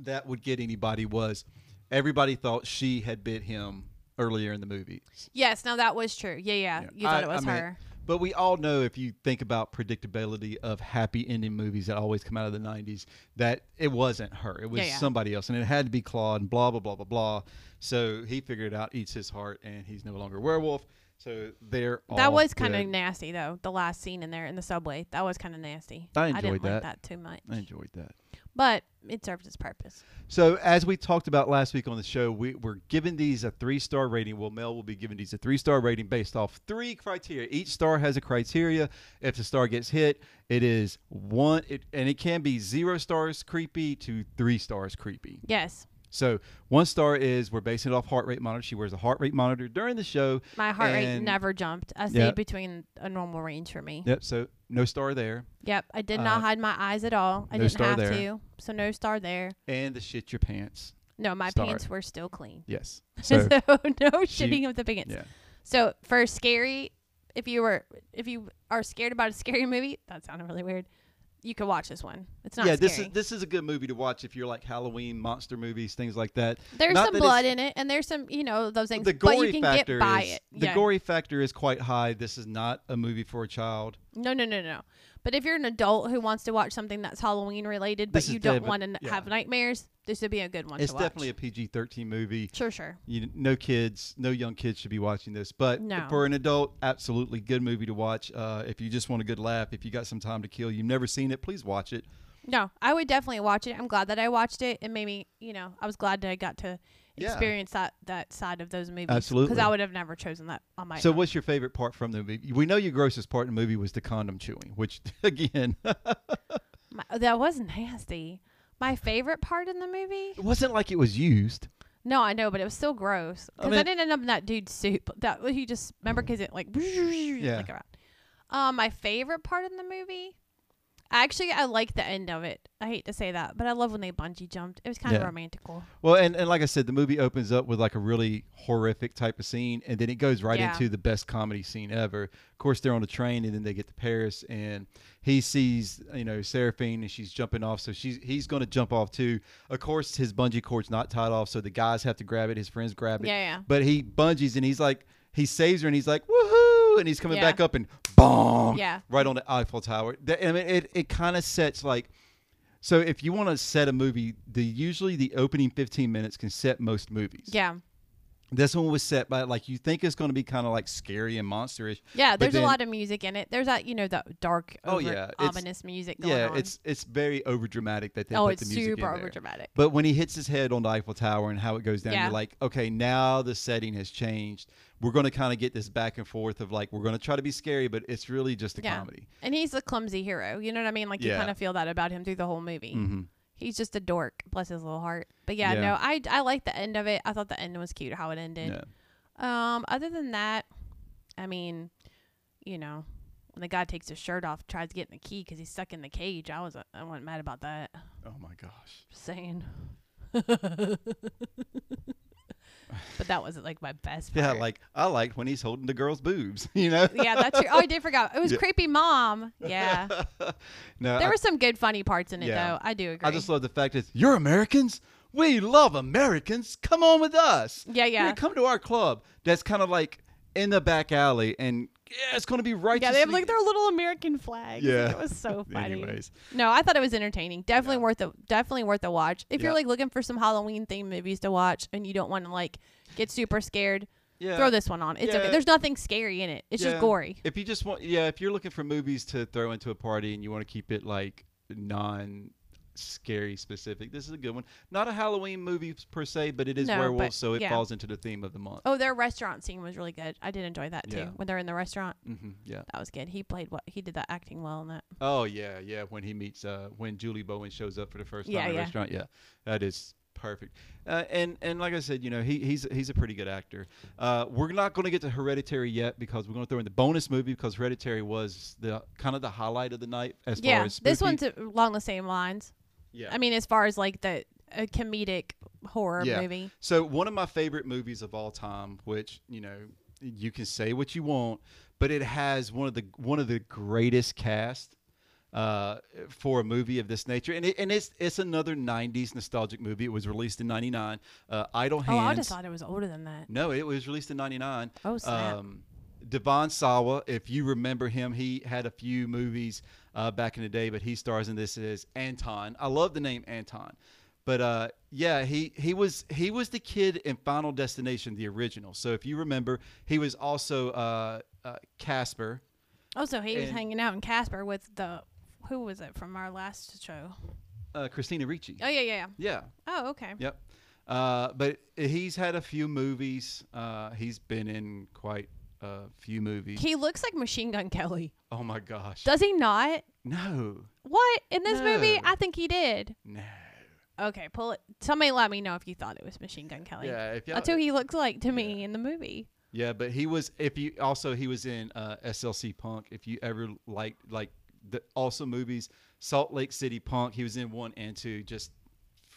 that would get anybody was everybody thought she had bit him earlier in the movie.
yes, now that was true. Yeah, yeah. You thought
I-
it
I
was
mean,
her.
but we all know if you think about predictability of happy ending movies that always come out of the 90s, that it wasn't her. It was
Yeah, yeah.
somebody else. And it had to be Claude and blah, blah, blah, blah, blah. So he figured it out, eats his heart, and he's no longer a werewolf. So they're all
That was kind of
good.
nasty though. The last scene in there in the subway, that was kind of nasty.
I
I didn't
enjoyed that.
like that too much,
I enjoyed that.
but it served its purpose.
So, as we talked about last week on the show, we, we're giving these a three star rating. Well, Mel will be giving these a three star rating based off three criteria. Each star has a criteria. If the star gets hit, it is one, it, and it can be zero stars creepy to three stars creepy.
Yes,
So, one star is we're basing it off heart rate monitor. She wears a heart rate monitor during the show.
my heart rate
and-
never jumped. I stayed
Yeah.
between a normal range for me.
Yep. So, no star there.
Yep, I did not
Uh,
hide my eyes at all. I
no
didn't
star
have
there.
to, so no star there.
And the shit your pants.
No, my
Star.
pants were still clean.
Yes.
So,
So,
no
she-
shitting of the pants.
yeah.
So for scary, if you were if you are scared about a scary movie, that sounded really weird. You could watch this one. It's not
yeah,
scary.
this is this is a good movie to watch if you're like Halloween monster movies, things like that.
There's
Not
some
that
blood
it's-
in it, and there's some, you know, those things.
The
but
gory
you can get
factor
by
is
it.
the
yeah.
gory factor is quite high. This is not a movie for a child.
no, no, no, no. But if you're an adult who wants to watch something that's Halloween related, but
This is
you don't
defi-
want to n
yeah.
have nightmares, this would be a good one
it's
to watch.
definitely a PG thirteen movie.
sure, sure.
You, no kids, no young kids should be watching this. But
No.
for an adult, absolutely good movie to watch. Uh, if you just want a good laugh, if you got some time to kill, you've never seen it, please watch it.
No, I would definitely watch it. I'm glad that I watched it. It made me, you know, I was glad that I got to
Yeah.
experience that that side of those movies. because
Absolutely.
I would have never chosen that on my
so,
own.
what's your favorite part from the movie? We know your grossest part in the movie was the condom chewing, which again
My, oh, that was nasty. My favorite part in the movie?
it wasn't like it was used.
No, I know, but it was still gross.
I
Because
mean-
I,
Mm.
didn't end up in that dude's soup. That he just remember because it like like around. Um, my favorite part in the movie, actually, I like the end of it. I hate to say that, but I love when they bungee jumped. It was kind of
Yeah.
romantical.
Well, and, and like I said, the movie opens up with like a really horrific type of scene, and then it goes right
Yeah.
into the best comedy scene ever. Of course, they're on a train, and then they get to Paris, and he sees you know Seraphine, and she's jumping off, so she's he's going to jump off too. Of course, his bungee cord's not tied off, so the guys have to grab it. His friends grab it.
Yeah, yeah.
But he bungees, and he's like he saves her, and he's like woohoo, and he's coming
Yeah.
back up, and boom,
Yeah.
right on the Eiffel Tower. That- I mean, it it kind of sets like. So if you want to set a movie, the usually the opening 15 minutes can set most movies.
Yeah,
This one was set by like you think it's going to be kind of like scary and monsterish.
yeah.
but
There's
then-
a lot of music in it. There's that you know that dark,
Oh,
over,
yeah, it's-
ominous music. Going
yeah,
on.
it's it's very over dramatic that they
oh,
put
it's
the music in
super
there.
over dramatic.
But when he hits his head on the Eiffel Tower and how it goes down,
Yeah.
you're like, okay, now the setting has changed. We're going to kind of get this back and forth of like we're going to try to be scary, but it's really just a
Yeah.
comedy.
And he's a clumsy hero. You know what I mean? Like you
Yeah. Mm-hmm.
kind of feel that about him through the whole movie. He's just a dork, bless his little heart. But yeah,
Yeah.
no, I I like the end of it. I thought the end was cute how it ended.
Yeah.
Um, other than that, I mean, you know, when the guy takes his shirt off, tries to get in the key because he's stuck in the cage. I was uh, I wasn't mad about that.
Oh my gosh.
Just saying. but that wasn't like my best.
Yeah,
part.
like I liked when he's holding the girl's boobs. You know.
yeah, that's your. Oh, I did forget. It was
Yeah.
creepy mom. Yeah,
no,
there
I-
were some good funny parts in it
Yeah.
though. I do agree.
I just love the fact that you're Americans. We love Americans. Come on with us.
Yeah,
You're gonna
yeah.
come to our club. That's kind of like in the back alley, and yeah, it's gonna be right.
Yeah, they have like their little American flags. Like,
Yeah.
it was so funny.
Anyways,
No, I thought it was entertaining. Definitely worth a definitely worth a watch. If
Yeah.
you're like looking for some Halloween themed movies to watch and you don't want to like get super scared,
yeah.
throw this one on. It's okay.
Yeah.
There's nothing scary in it. It's
Yeah.
just gory.
If you just want, yeah, if you're looking for movies to throw into a party and you want to keep it like non scary specific. This is a good one. Not a Halloween movie per se, but it is
No,
werewolf,
but-
so it
yeah.
falls into the theme of the month.
Oh, their restaurant scene was really good. I did enjoy that too.
Yeah.
When they're in the restaurant,
hmm yeah.
that was good. He played what he did that acting well in that.
Oh yeah, yeah. When he meets, uh, when Julie Bowen shows up for the first time
Yeah,
at a
yeah.
restaurant, yeah, that is perfect. Uh, and and like I said, you know, he he's he's a pretty good actor. Uh, we're not going to get to Hereditary yet because we're going to throw in the bonus movie because Hereditary was the kind of the highlight of the night as far
yeah,
as
this
spooky-
one's uh, along the same lines.
yeah.
I mean, as far as like the a comedic horror
Yeah.
movie.
So one of my favorite movies of all time, which you know you can say what you want, but it has one of the one of the greatest cast uh, for a movie of this nature, and it, and it's it's another '90s nostalgic movie. It was released in '99. Uh, Idle
Oh,
Hands.
I just thought it was older than that.
No, it was released in '99.
Oh, snap.
Um, Devon Sawa, if you remember him, he had a few movies uh, back in the day, but he stars in this as Anton. I love the name Anton, but uh, yeah, he he was he was the kid in Final Destination, the original. So if you remember, he was also uh, uh, Casper.
Oh, so he was
And-
hanging out in Casper with the who was it from our last show?
Uh, Christina Ricci.
Oh yeah, yeah, yeah.
Yeah,
Oh okay.
Yep. Uh, but he's had a few movies. Uh, he's been in quite a few movies.
He looks like Machine Gun Kelly.
oh my gosh.
Does he not?
no.
What in this movie?
No.
I think he did.
No.
Okay, pull it. Somebody let me know if you thought it was Machine Gun Kelly.
Yeah, if y'all,
That's who he looks like to me in the movie.
yeah, but he was. If you also, he was in uh, SLC Punk. If you ever liked like the awesome movies, Salt Lake City Punk. He was in one and two, just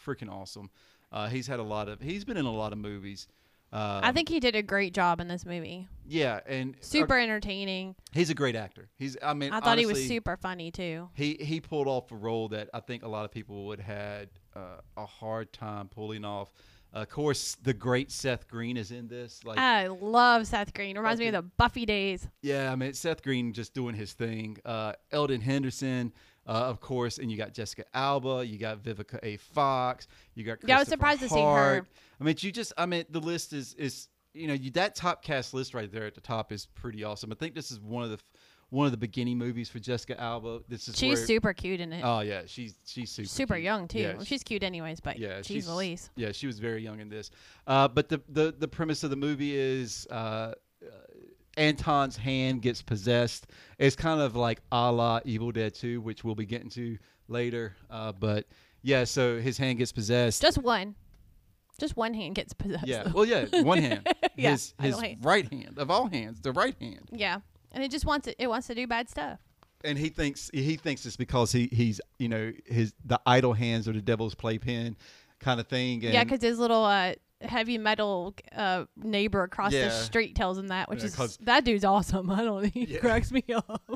freaking awesome. Uh, he's had a lot of. He's been in a lot of movies. Uh,
I think he did a great job in this movie.
yeah, and
Super entertaining.
he's a great actor. He's. I mean,
I thought he was
honestly,
super funny too.
he he pulled off a role that I think a lot of people would had uh, a hard time pulling off. of course, the great Seth Green is in this. Like,
I love Seth Green. Reminds me of the Buffy days.
yeah, I mean Seth Green just doing his thing. Uh, Eldon Henderson, uh, of course, and you got Jessica Alba, you got Vivica A. Fox, you got
Yeah, I was
Christopher
surprised to see her.
Hart. I mean, you just, I mean, the list is is you know you, that top cast list right there at the top is pretty awesome. I think this is one of the f- one of the beginning movies for Jessica Alba. This is
She's
where-
super cute in it.
Oh yeah, she's she's super
super
cute.
young too.
Yeah,
Well,
she-
she's cute anyways, but
yeah,
yeah, she's Louise.
Yeah, she was very young in this. Uh, but the, the the premise of the movie is uh, uh, Anton's hand gets possessed. It's kind of like a la Evil Dead 2, which we'll be getting to later. Uh, but yeah, so his hand gets possessed.
Just one. Just one hand gets possessed.
yeah,
though.
well, yeah, one hand.
Yeah,
his
I
his
don't hate-
right hand of all hands, the right hand.
yeah. And it just wants to, it wants to do bad stuff.
and he thinks he thinks it's because he he's you know his the idle hands or the devil's playpen kind of thing. And
Yeah, 'cause his little uh, heavy metal uh, neighbor across
Yeah.
the street tells him that, which
Yeah, 'cause-
is that dude's awesome. I don't. He cracks me up.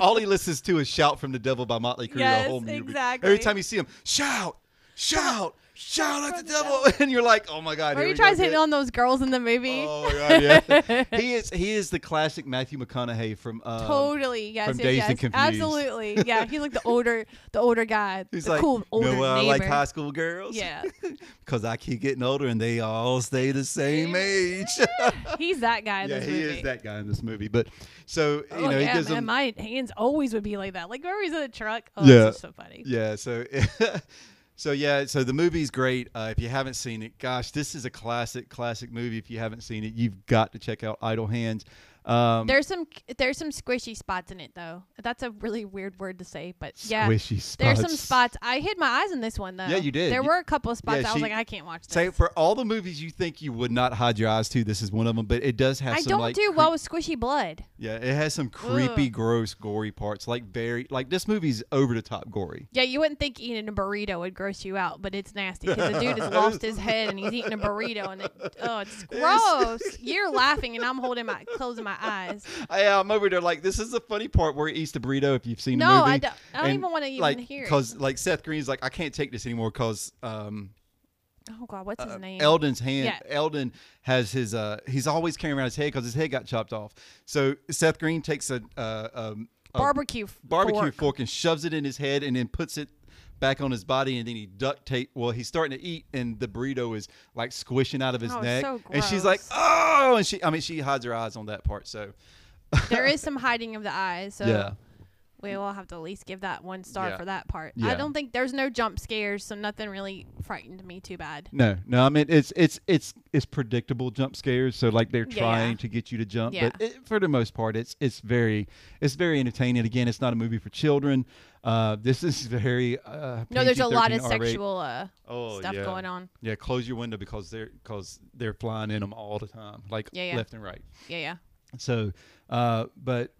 all he listens to is "Shout from the Devil" by Motley Crue.
Yes,
the whole movie.
exactly.
Every time you see him, shout, shout, shout at the devil, and you're like, "Oh my god!"
Or
here
he
we go
tries hitting
again.
on those girls in the movie.
Oh my god, yeah. he is he is the classic Matthew McConaughey from. Um,
Totally, yes,
from
yes,
Dazed
yes,
and Confused.
absolutely, yeah. He's like the older, the older guy,
He's
the
like,
cool older
no, I
neighbor.
like high school girls.
yeah,
because I keep getting older and they all stay the same
Same.
age.
he's that guy. In
yeah,
this
he
movie.
is that guy in this movie. But so you
oh,
know,
yeah,
he gives
man,
him
my hands always would be like that. Like whenever he's in the truck, oh,
Yeah.
yeah, that's just so funny.
Yeah, so so yeah, so the movie's great. Uh, if you haven't seen it, gosh, this is a classic, classic movie. If you haven't seen it, you've got to check out Idle Hands. Um,
There's some there's some squishy spots in it though. That's a really weird word to say, but yeah,
squishy spots.
There's some spots. I hid my eyes in this one though.
Yeah, you did.
There
You-
were a couple of spots
yeah, she-
I was like, I can't watch this.
Say for all the movies you think you would not hide your eyes to, this is one of them. But it does have
I
some
don't
like
do
creep-
well with squishy blood.
Yeah, it has some creepy,
Ugh.
gross, gory parts. Like very like this movie's over the top gory.
Yeah, you wouldn't think eating a burrito would gross you out, but it's nasty because the dude has lost his head and he's eating a burrito and it, oh, it's gross. You're laughing and I'm holding my closing my eyes.
Yeah, I'm over there like this is the funny part where he eats the burrito. If you've seen the
No,
movie,
I don't. I don't
And,
even want to even
like
hear. it.
because like Seth Green's like I can't take this anymore because um
Oh God, what's his
uh,
name?
Eldon's hand.
Yeah.
Eldon has his. Uh, he's always carrying around his head because his head got chopped off. So Seth Green takes a, uh, um, a
barbecue. f-
barbecue
fork.
fork. and shoves it in his head, and then puts it back on his body, and then he duct tape. Well, he's starting to eat, and the burrito is like squishing out of his
Oh,
neck,
so
and she's like,
gross.
"Oh!" And she, I mean, she hides her eyes on that part. So
there is some hiding of the eyes. So
yeah,
We will have to at least give that one star
Yeah.
for that part.
Yeah.
I don't think there's no jump scares, so nothing really frightened me too bad.
No, no. I mean, it's it's it's it's predictable jump scares. So like they're
Yeah,
trying
yeah.
to get you to jump,
Yeah.
but it, for the most part, it's it's very it's very entertaining. Again, it's not a movie for children. Uh, this is very uh,
No, there's a lot of
PG-13 R-rated.
sexual uh,
oh,
stuff
yeah.
going on.
Yeah, close your window because they're because they're flying in them all the time, like
Yeah, yeah.
left and right.
Yeah, yeah.
So, uh, but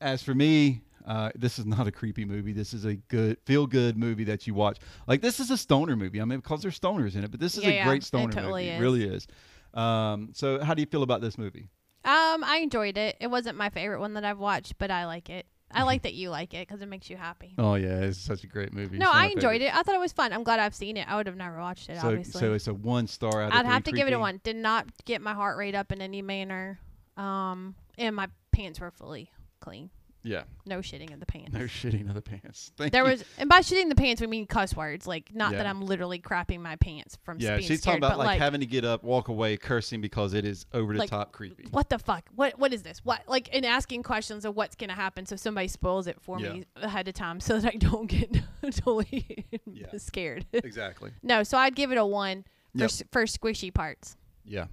as for me, uh, this is not a creepy movie. This is a good feel good movie that you watch. Like this is a stoner movie. I mean, because there's stoners in it, but this is
Yeah,
a
yeah,
great
it
stoner
totally
movie. It
is.
really is. Um, so, how do you feel about this movie?
Um, I enjoyed it. It wasn't my favorite one that I've watched, but I like it. I like that you like it because it makes you happy.
Mm-hmm. Oh yeah, it's such a great movie.
no, I enjoyed it. I thought it was fun. I'm glad I've seen it. I would have never watched it,
So,
obviously.
so it's a one star out of
I'd have to
three
give it a
creepy.
one. Did not get my heart rate up in any manner. Um, and my pants were fully clean.
Yeah,
No shitting in the pants.
no shitting of the pants. Thank
there
you.
was, and by shitting the pants, we mean cuss words. Like, not that
Yeah.
I'm literally crapping my pants from
yeah.
being
She's
scared,
talking about
but
like,
like,
having to get up, walk away, cursing because it is over the
Like,
top creepy.
what the fuck? What what is this? What like and asking questions of what's gonna happen so somebody spoils it for
Yeah.
me ahead of time so that I don't get totally
Yeah.
scared.
Exactly.
no, so I'd give it a one for,
Yep.
s- for squishy parts.
Yeah.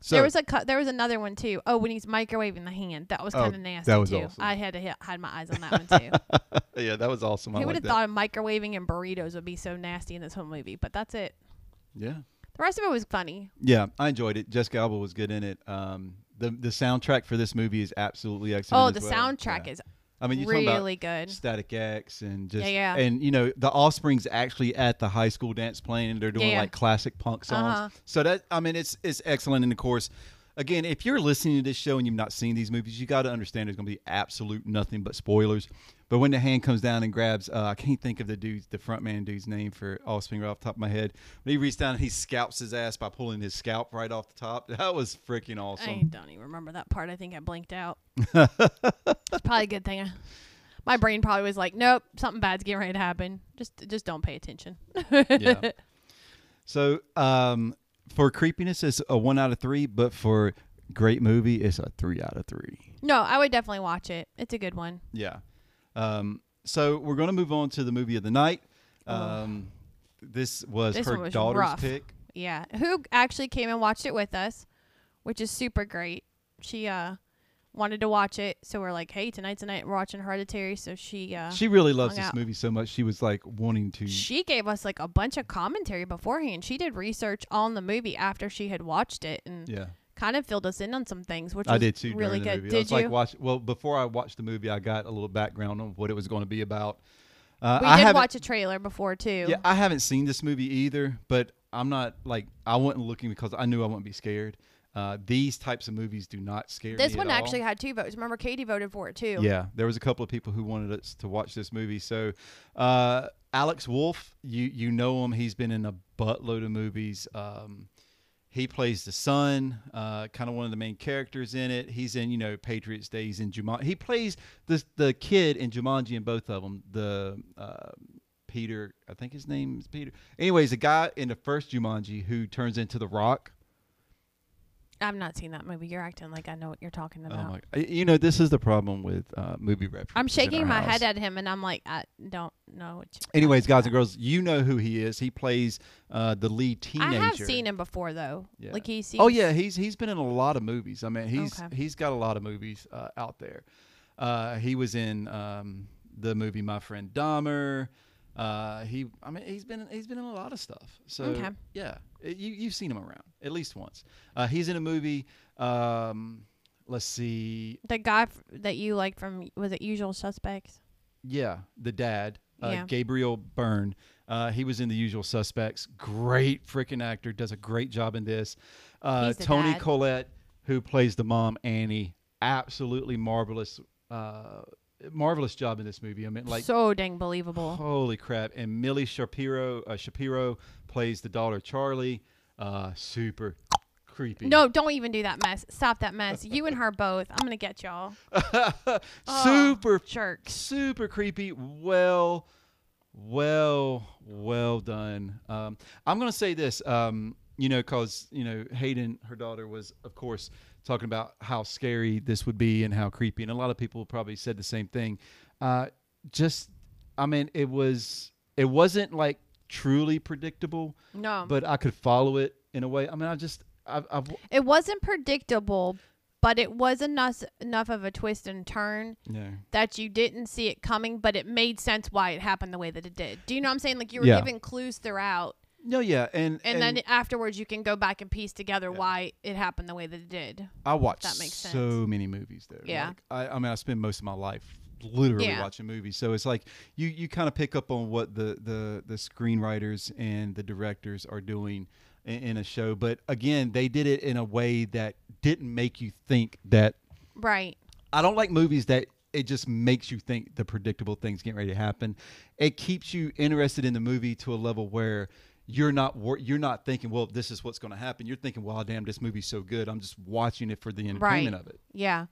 So
there was a cu- there was another one too. Oh, when he's microwaving the hand, that was
Oh,
kind of nasty
that was
too.
awesome.
I had to hit, hide my eyes on that one too.
yeah, that was awesome. I
Who would
like
have
that.
thought of microwaving and burritos would be so nasty in this whole movie? But that's it.
Yeah.
The rest of it was funny.
Yeah, I enjoyed it. Jessica Alba was good in it. Um, the the soundtrack for this movie is absolutely excellent.
oh,
as
the
well.
soundtrack
Yeah.
is
I mean, you talking about
really good.
Static X and just
Yeah, yeah.
and you know the Offspring's actually at the high school dance playing and they're doing
Yeah, yeah.
like classic punk songs.
Uh-huh.
So that I mean, it's it's excellent. And of course, again, if you're listening to this show and you've not seen these movies, you got to understand there's going to be absolute nothing but spoilers. But when the hand comes down and grabs, uh, I can't think of the dude's the frontman dude's name for Offspring right off the top of my head. When he reaches down and he scalps his ass by pulling his scalp right off the top, that was freaking awesome.
I don't even remember that part. I think I blinked out. it's probably a good thing. I, my brain probably was like, "Nope, something bad's getting ready to happen. Just, just don't pay attention."
yeah. So um, for creepiness, it's a one out of three, but for great movie, it's a three out of three.
No, I would definitely watch it. It's a good one.
Yeah. Um, so we're going to move on to the movie of the night. Um, this was
Oh. This
her
one was
daughter's
rough.
pick.
Yeah, who actually came and watched it with us, which is super great. She uh wanted to watch it, so we're like, "Hey, tonight's the night we're watching Hereditary." So she uh
She really loves
Hung
this
out.
movie so much. She was like wanting to.
she gave us like a bunch of commentary beforehand. She did research on the movie after she had watched it and
yeah,
kind of filled us in on some things, which
I
was
did too.
really
during the
good.
movie.
Did
I was
you?
like watch. Well, before I watched the movie, I got a little background on what it was going to be about. Uh,
we
I
did
haven't-
watch a trailer before too.
Yeah, I haven't seen this movie either, but I'm not like I wasn't looking because I knew I wouldn't be scared. Uh, these types of movies do not scare me.
this
at
one
all.
actually had two votes. Remember, Katie voted for it too.
Yeah, there was a couple of people who wanted us to watch this movie. So, uh, Alex Wolf, you you know him. He's been in a buttload of movies. Um, he plays the son, uh, kind of one of the main characters in it. He's in you know Patriots Day. He's in Jumanji. He plays the the kid in Jumanji in both of them. The uh, Peter, I think his name is Peter. Anyways, the guy in the first Jumanji who turns into the Rock.
I've not seen that movie. You're acting like I know what you're talking about.
Oh my! You know this is the problem with uh, movie references.
I'm shaking
in
my
our house.
head at him, and I'm like, I don't know what you.
Anyways, guys and girls, you know who he is. He plays uh, the lead
I
teenager.
have seen him before though.
Yeah.
Like he seems.
Oh yeah, he's he's been in a lot of movies. I mean, he's
Okay.
he's got a lot of movies uh, out there. Uh, he was in um, the movie My Friend Dahmer. Uh, he, I mean, he's been he's been in a lot of stuff. So
Okay.
yeah, it- you you've seen him around at least once. Uh, he's in a movie. Um, let's see.
The guy f- that you like from was it Usual Suspects?
Yeah, the dad, uh,
Yeah.
Gabriel Byrne. Uh, he was in The Usual Suspects. Great freaking actor. Does a great job in this. Uh,
He's the
Tony
dad.
Collette, who plays the mom Annie, absolutely marvelous, uh, marvelous job in this movie. I mean, like
so dang believable.
holy crap! And Millie Shapiro, uh, Shapiro plays the daughter Charlie. Uh, super creepy.
No, don't even do that mess. Stop that mess. You and her both. I'm gonna get y'all. Oh,
super
jerks.
super creepy. Well, well, well done. Um, I'm gonna say this. Um, you know, because you know Hayden, her daughter, was of course talking about how scary this would be and how creepy, and a lot of people probably said the same thing. Uh, just, I mean, it was it wasn't like truly predictable,
No,
but I could follow it in a way. I mean, I just, I've, I've
it wasn't predictable, but it was enough enough of a twist and turn
yeah.
that you didn't see it coming, but it made sense why it happened the way that it did. Do you know what I'm saying? Like you were
Yeah.
given clues throughout,
No, yeah, and
and, then afterwards you can go back and piece together
Yeah.
why it happened the way that it did.
I watch
that makes sense.
so many movies though.
Yeah.
Like, I, I mean, I spend most of my life literally
Yeah.
watching movies, so it's like you you kind of pick up on what the the the screenwriters and the directors are doing in, in a show. But again, they did it in a way that didn't make you think that.
Right.
I don't like movies that it just makes you think the predictable things getting ready to happen. It keeps you interested in the movie to a level where you're not wor- you're not thinking, well, this is what's going to happen. You're thinking, wow, damn, this movie's so good. I'm just watching it for the entertainment
Right.
of it.
Yeah.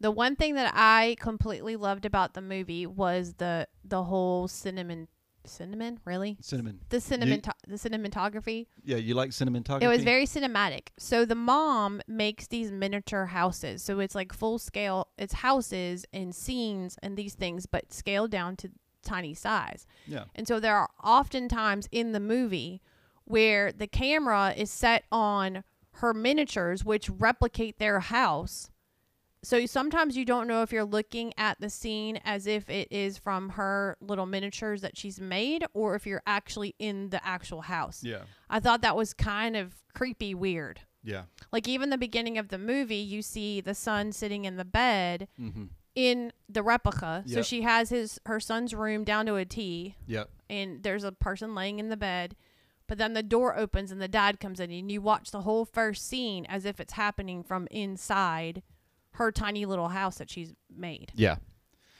The one thing that I completely loved about the movie was the the whole cinnamon cinnamon really
Cinnamon.
the cinnamon the cinematography.
Yeah, you like cinnamon
It was very cinematic. So the mom makes these miniature houses. So it's like full scale. It's houses and scenes and these things, but scaled down to tiny size.
Yeah.
And so there are oftentimes in the movie where the camera is set on her miniatures, which replicate their house. So sometimes you don't know if you're looking at the scene as if it is from her little miniatures that she's made or if you're actually in the actual house.
Yeah.
I thought that was kind of creepy weird.
Yeah.
Like even the beginning of the movie, you see the son sitting in the bed
Mm-hmm.
in the replica. So
Yep.
she has his her son's room down to a T
Yeah.
and there's a person laying in the bed. But then the door opens and the dad comes in and you watch the whole first scene as if it's happening from inside her tiny little house that she's made,
Yeah.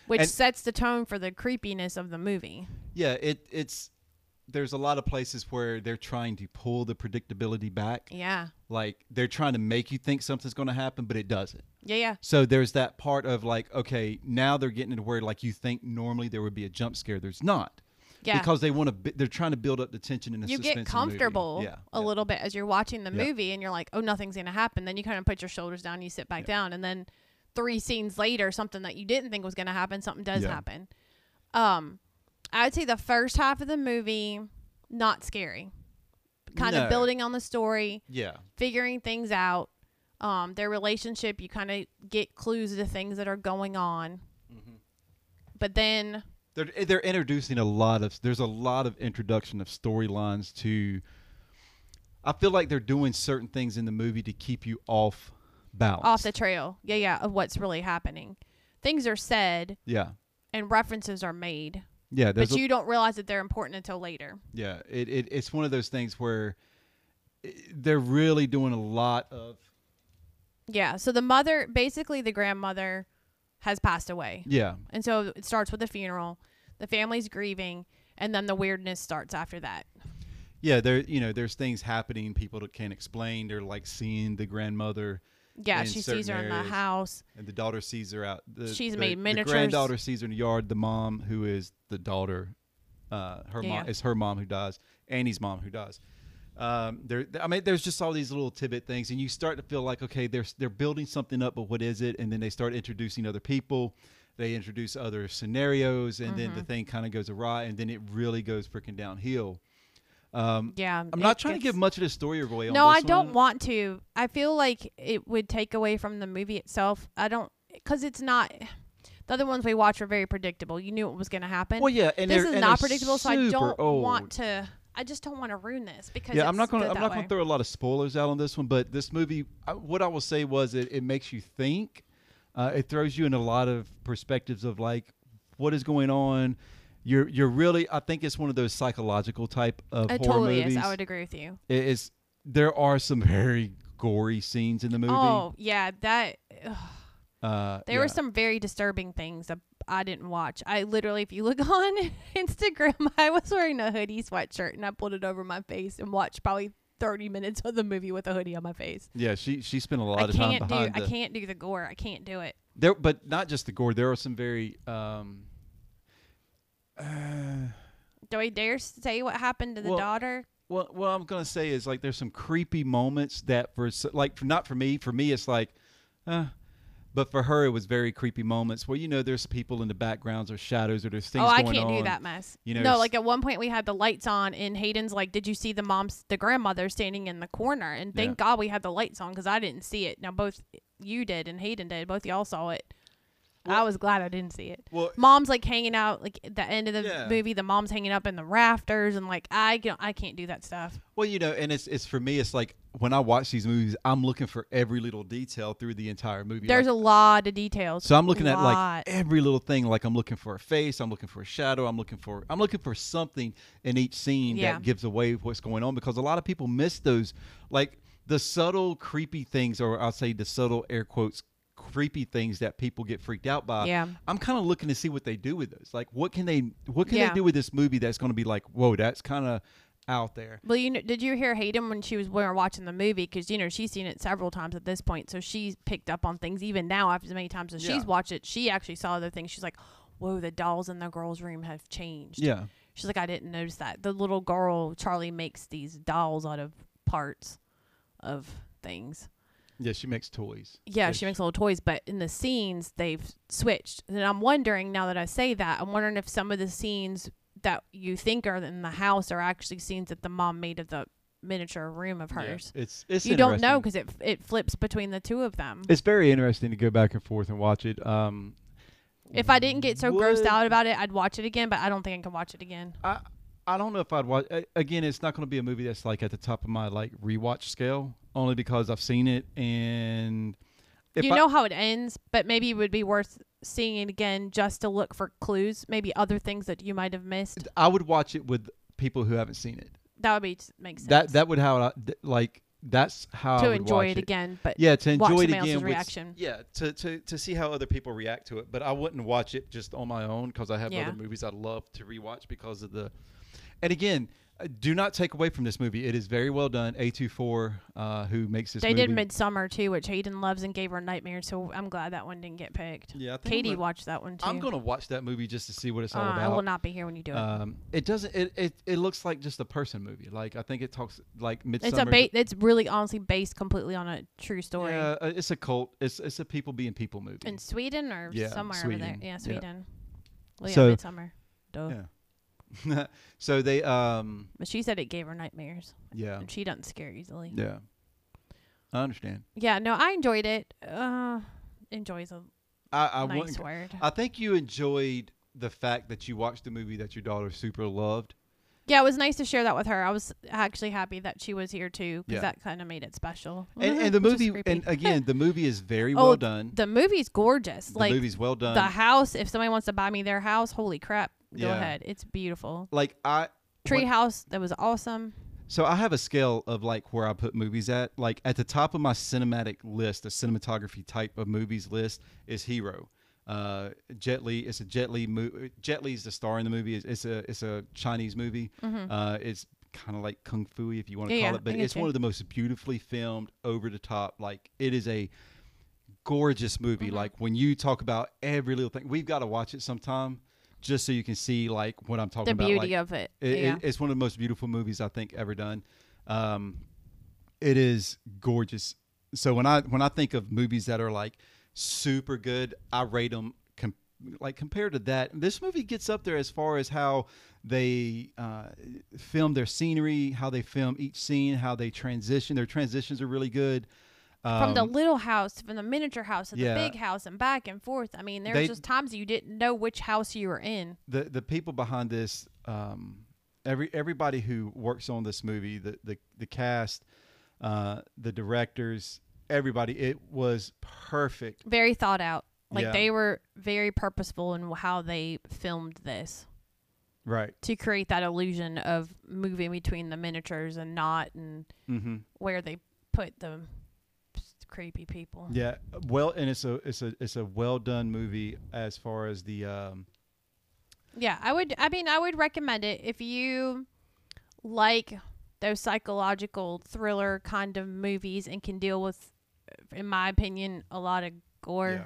which
And-
sets the tone for the creepiness of the movie.
Yeah. It it's there's a lot of places where they're trying to pull the predictability back.
Yeah.
Like they're trying to make you think something's going to happen, but it doesn't.
Yeah, yeah.
So there's that part of like, okay, now they're getting to where like you think normally there would be a jump scare. There's not.
Yeah.
Because they want to. Bi- they're trying to build up the tension and the
you
suspense.
get
in the movie.
comfortable
Yeah.
a
yeah.
little bit as you're watching the
Yeah.
movie and you're like oh nothing's going to happen then you kind of put your shoulders down you sit back down and then three scenes later something that you didn't think was going to happen something does
Yeah.
happen um i would say the first half of the movie not scary kind
No.
of building on the story
Yeah.
figuring things out um their relationship you kind of get clues to things that are going on
Mm-hmm.
but then
They're eh, they're introducing a lot of there's a lot of introduction of storylines to. I feel like they're doing certain things in the movie to keep you off balance.
off the trail yeah yeah of what's really happening things are said
yeah,
and references are made,
yeah. There's
but
a-
you don't realize that they're important until later.
yeah. It, it it's one of those things where eh, they're really doing a lot of
Yeah. So the mother, basically the grandmother, has passed away,
yeah
and so it starts with a funeral. The family's grieving, and then the weirdness starts after that.
yeah. There you know there's things happening people that can't explain. They're like seeing the grandmother
Yeah,
In
she
certain
sees her in the
areas.
house.
and the daughter sees her out. The,
She's
the-
made miniatures.
The granddaughter sees her in the yard. The mom, who is the daughter, uh, her
Yeah.
mom is her mom who dies. Annie's mom who dies. Um, there, I mean, there's just all these little tidbit things, and you start to feel like, okay, they're they're building something up, but what is it? And then they start introducing other people. They introduce other scenarios, and
Mm-hmm.
then the thing kind of goes awry, and then it really goes freaking downhill.
Yeah,
Mm. I'm
it
not trying to
gets-
give much of the story away. On
No, I
this
don't
one.
want to. I feel like it would take away from the movie itself. I don't because it's not. The other ones we watched were very predictable. You knew what was going to happen.
Well, yeah, and
this
they're-
is
and
not
they're
predictable, so I
super
don't
old.
want to. I just don't want to ruin this because
yeah
it's
i'm not gonna
good
i'm
that
not
way.
gonna throw a lot of spoilers out on this one but this movie I, what i will say was it, it makes you think uh, it throws you in a lot of perspectives of like what is going on you're you're really i think it's one of those psychological type of horror
It Uh, totally
movies
is. I would agree with you.
It is- there are some very gory scenes in the movie
Oh yeah, that ugh,
uh,
there were some very disturbing things that I didn't watch. I literally, if you look on Instagram, I was wearing a hoodie sweatshirt and I pulled it over my face and watched probably thirty minutes of the movie with a hoodie on my face.
yeah she she spent a lot
I
of time
can't do.
behind
I
the-
can't do the gore. I can't do it.
there but not just the gore there are some very um, uh,
Do I dare say what happened to the
Well,
daughter?
what what I'm gonna say is like there's some creepy moments that for s- like for, not for me for me it's like, uh, but for her it was very creepy moments where you know there's people in the backgrounds or shadows or there's things.
oh, I
going
can't do
on.
that mess.
You know,
no,
s-
like at one point we had the lights on, and Hayden's like, "Did you see the mom's, the grandmother standing in the corner?" And thank God we had the lights on because I didn't see it. Now both you did and Hayden did. Both y'all saw it. I was glad I didn't see it.
Well-
mom's like hanging out, like at the end of the
Yeah.
movie, the mom's hanging up in the rafters, and like I, you know, I can't do that stuff.
Well, you know, and it's it's for me it's like when I watch these movies I'm looking for every little detail through the entire movie.
There's
like,
a lot of details.
So I'm looking at like
Lot.
every little thing. Like I'm looking for a face. I'm looking for a shadow. I'm looking for I'm looking for something in each scene
Yeah.
that gives away what's going on because a lot of people miss those like the subtle creepy things or I'll say the subtle air quotes creepy things that people get freaked out by.
Yeah.
I'm kind of looking to see what they do with those. Like what can they what can
Yeah.
they do with this movie that's going to be like whoa that's kind of out there.
Well, you know, did you hear Hayden when she was when we were watching the movie? Because you know she's seen it several times at this point, so she's picked up on things even now after as many times as
Yeah.
she's watched it. She actually saw other things. She's like, "Whoa, the dolls in the girls' room have changed."
Yeah.
She's like, "I didn't notice that." The little girl Charlie makes these dolls out of parts of things.
Yeah, she makes toys.
Yeah, she makes little toys, but in the scenes they've switched. And I'm wondering now that I say that, I'm wondering if some of the scenes that you think are in the house are actually scenes that the mom made of the miniature room of
Yeah,
hers.
It's it's
you don't know
interesting.
because it it flips between the two of them.
It's very interesting to go back and forth and watch it. Um,
if I didn't get so grossed
would-
out about it, I'd watch it again. But I don't think I can watch it again.
I I don't know if I'd watch. a- Again, it's not going to be a movie that's like at the top of my like rewatch scale, only because I've seen it and if
you
I-
know how it ends, but maybe it would be worth seeing it again just to look for clues, maybe other things that you might have missed.
I would watch it with people who haven't seen it.
That would be makes sense.
That that would how I th- like that's how I
to
would
enjoy
watch
it again, but
Yeah, to
watch
enjoy it
somebody
again.
else's
with-
reaction.
yeah, to, to to see how other people react to it, but I wouldn't watch it just on my own because I have
Yeah.
other movies I love to rewatch because of the. And again, uh, do not take away from this movie. It is very well done. A24, uh, who makes this
They
movie.
did Midsummer too, which Hayden loves and gave her nightmares. So I'm glad that one didn't get picked.
Yeah, I think I'm
Katie
gonna-
watched that one too.
I'm gonna watch that movie just to see what it's
Uh,
all
I will
about.
not be here when you do it.
um, it doesn't. It, it it looks like just a person movie. Like I think it talks like midsummer.
it's a ba- It's really honestly based completely on a true story.
Yeah, uh, it's a cult. It's it's a people being people movie.
In Sweden or
Yeah,
somewhere over there.
Sweden.
Yeah,
Yeah.
Sweden. Well, yeah,
So-
Midsummer. Duh.
Yeah. so they um
But she said it gave her nightmares,
yeah
and she doesn't scare easily. Yeah,
yeah. I understand.
no, I enjoyed it. Uh, enjoys a
I I
nice
wouldn't-
word.
I think you enjoyed the fact that you watched the movie that your daughter super loved.
yeah, it was nice to share that with her. I was actually happy that she was here too, because
Yeah.
that kind of made it special.
And, and the
Which is
movie,
creepy.
and again, the movie is very
Oh,
well done.
the movie's gorgeous.
The
like
movie's well done.
the house. If somebody wants to buy me their house, holy crap, go
Yeah.
ahead. It's beautiful.
like I,
Tree
What-
house that was awesome.
So I have a scale of like where I put movies at. Like at the top of my cinematic list, the cinematography type of movies list is Hero. Uh, Jet Li. It's a Jet Li movie. Jet Li's the star in the movie. It's, it's a it's a Chinese movie. Uh, it's kind of like kung fu if you want to
Mm-hmm.
call
Yeah, yeah,
it,
I
but
get
it's
you.
one of the most beautifully filmed, over the top. Like it is a gorgeous movie.
Mm-hmm.
Like when you talk about every little thing, we've got to watch it sometime just so you can see like what I'm talking
The
about. like,
beauty of it.
it,
yeah.
it, it's one of the most beautiful movies I think ever done. Um, it is gorgeous. So when I when I think of movies that are like super good, I rate them com- like compared to that. This movie gets up there as far as how they uh, film their scenery, how they film each scene, how they transition. Their transitions are really good. Um,
from the little house, from the miniature house to
yeah.
the big house, and back and forth. I mean, there
They-
was just times you didn't know which house you were in.
the the people behind this um every everybody who works on this movie the the, the cast uh the directors everybody it was perfect
Very thought out. Like
Yeah.
they were very purposeful in how they filmed this
right
to create that illusion of moving between the miniatures and not, and
mm-hmm.
where they put the creepy people.
yeah well and it's a it's a it's a well done movie as far as the um
Yeah, I would. I mean, I would recommend it if you like those psychological thriller kind of movies and can deal with, in my opinion, a lot of gore.
Yeah.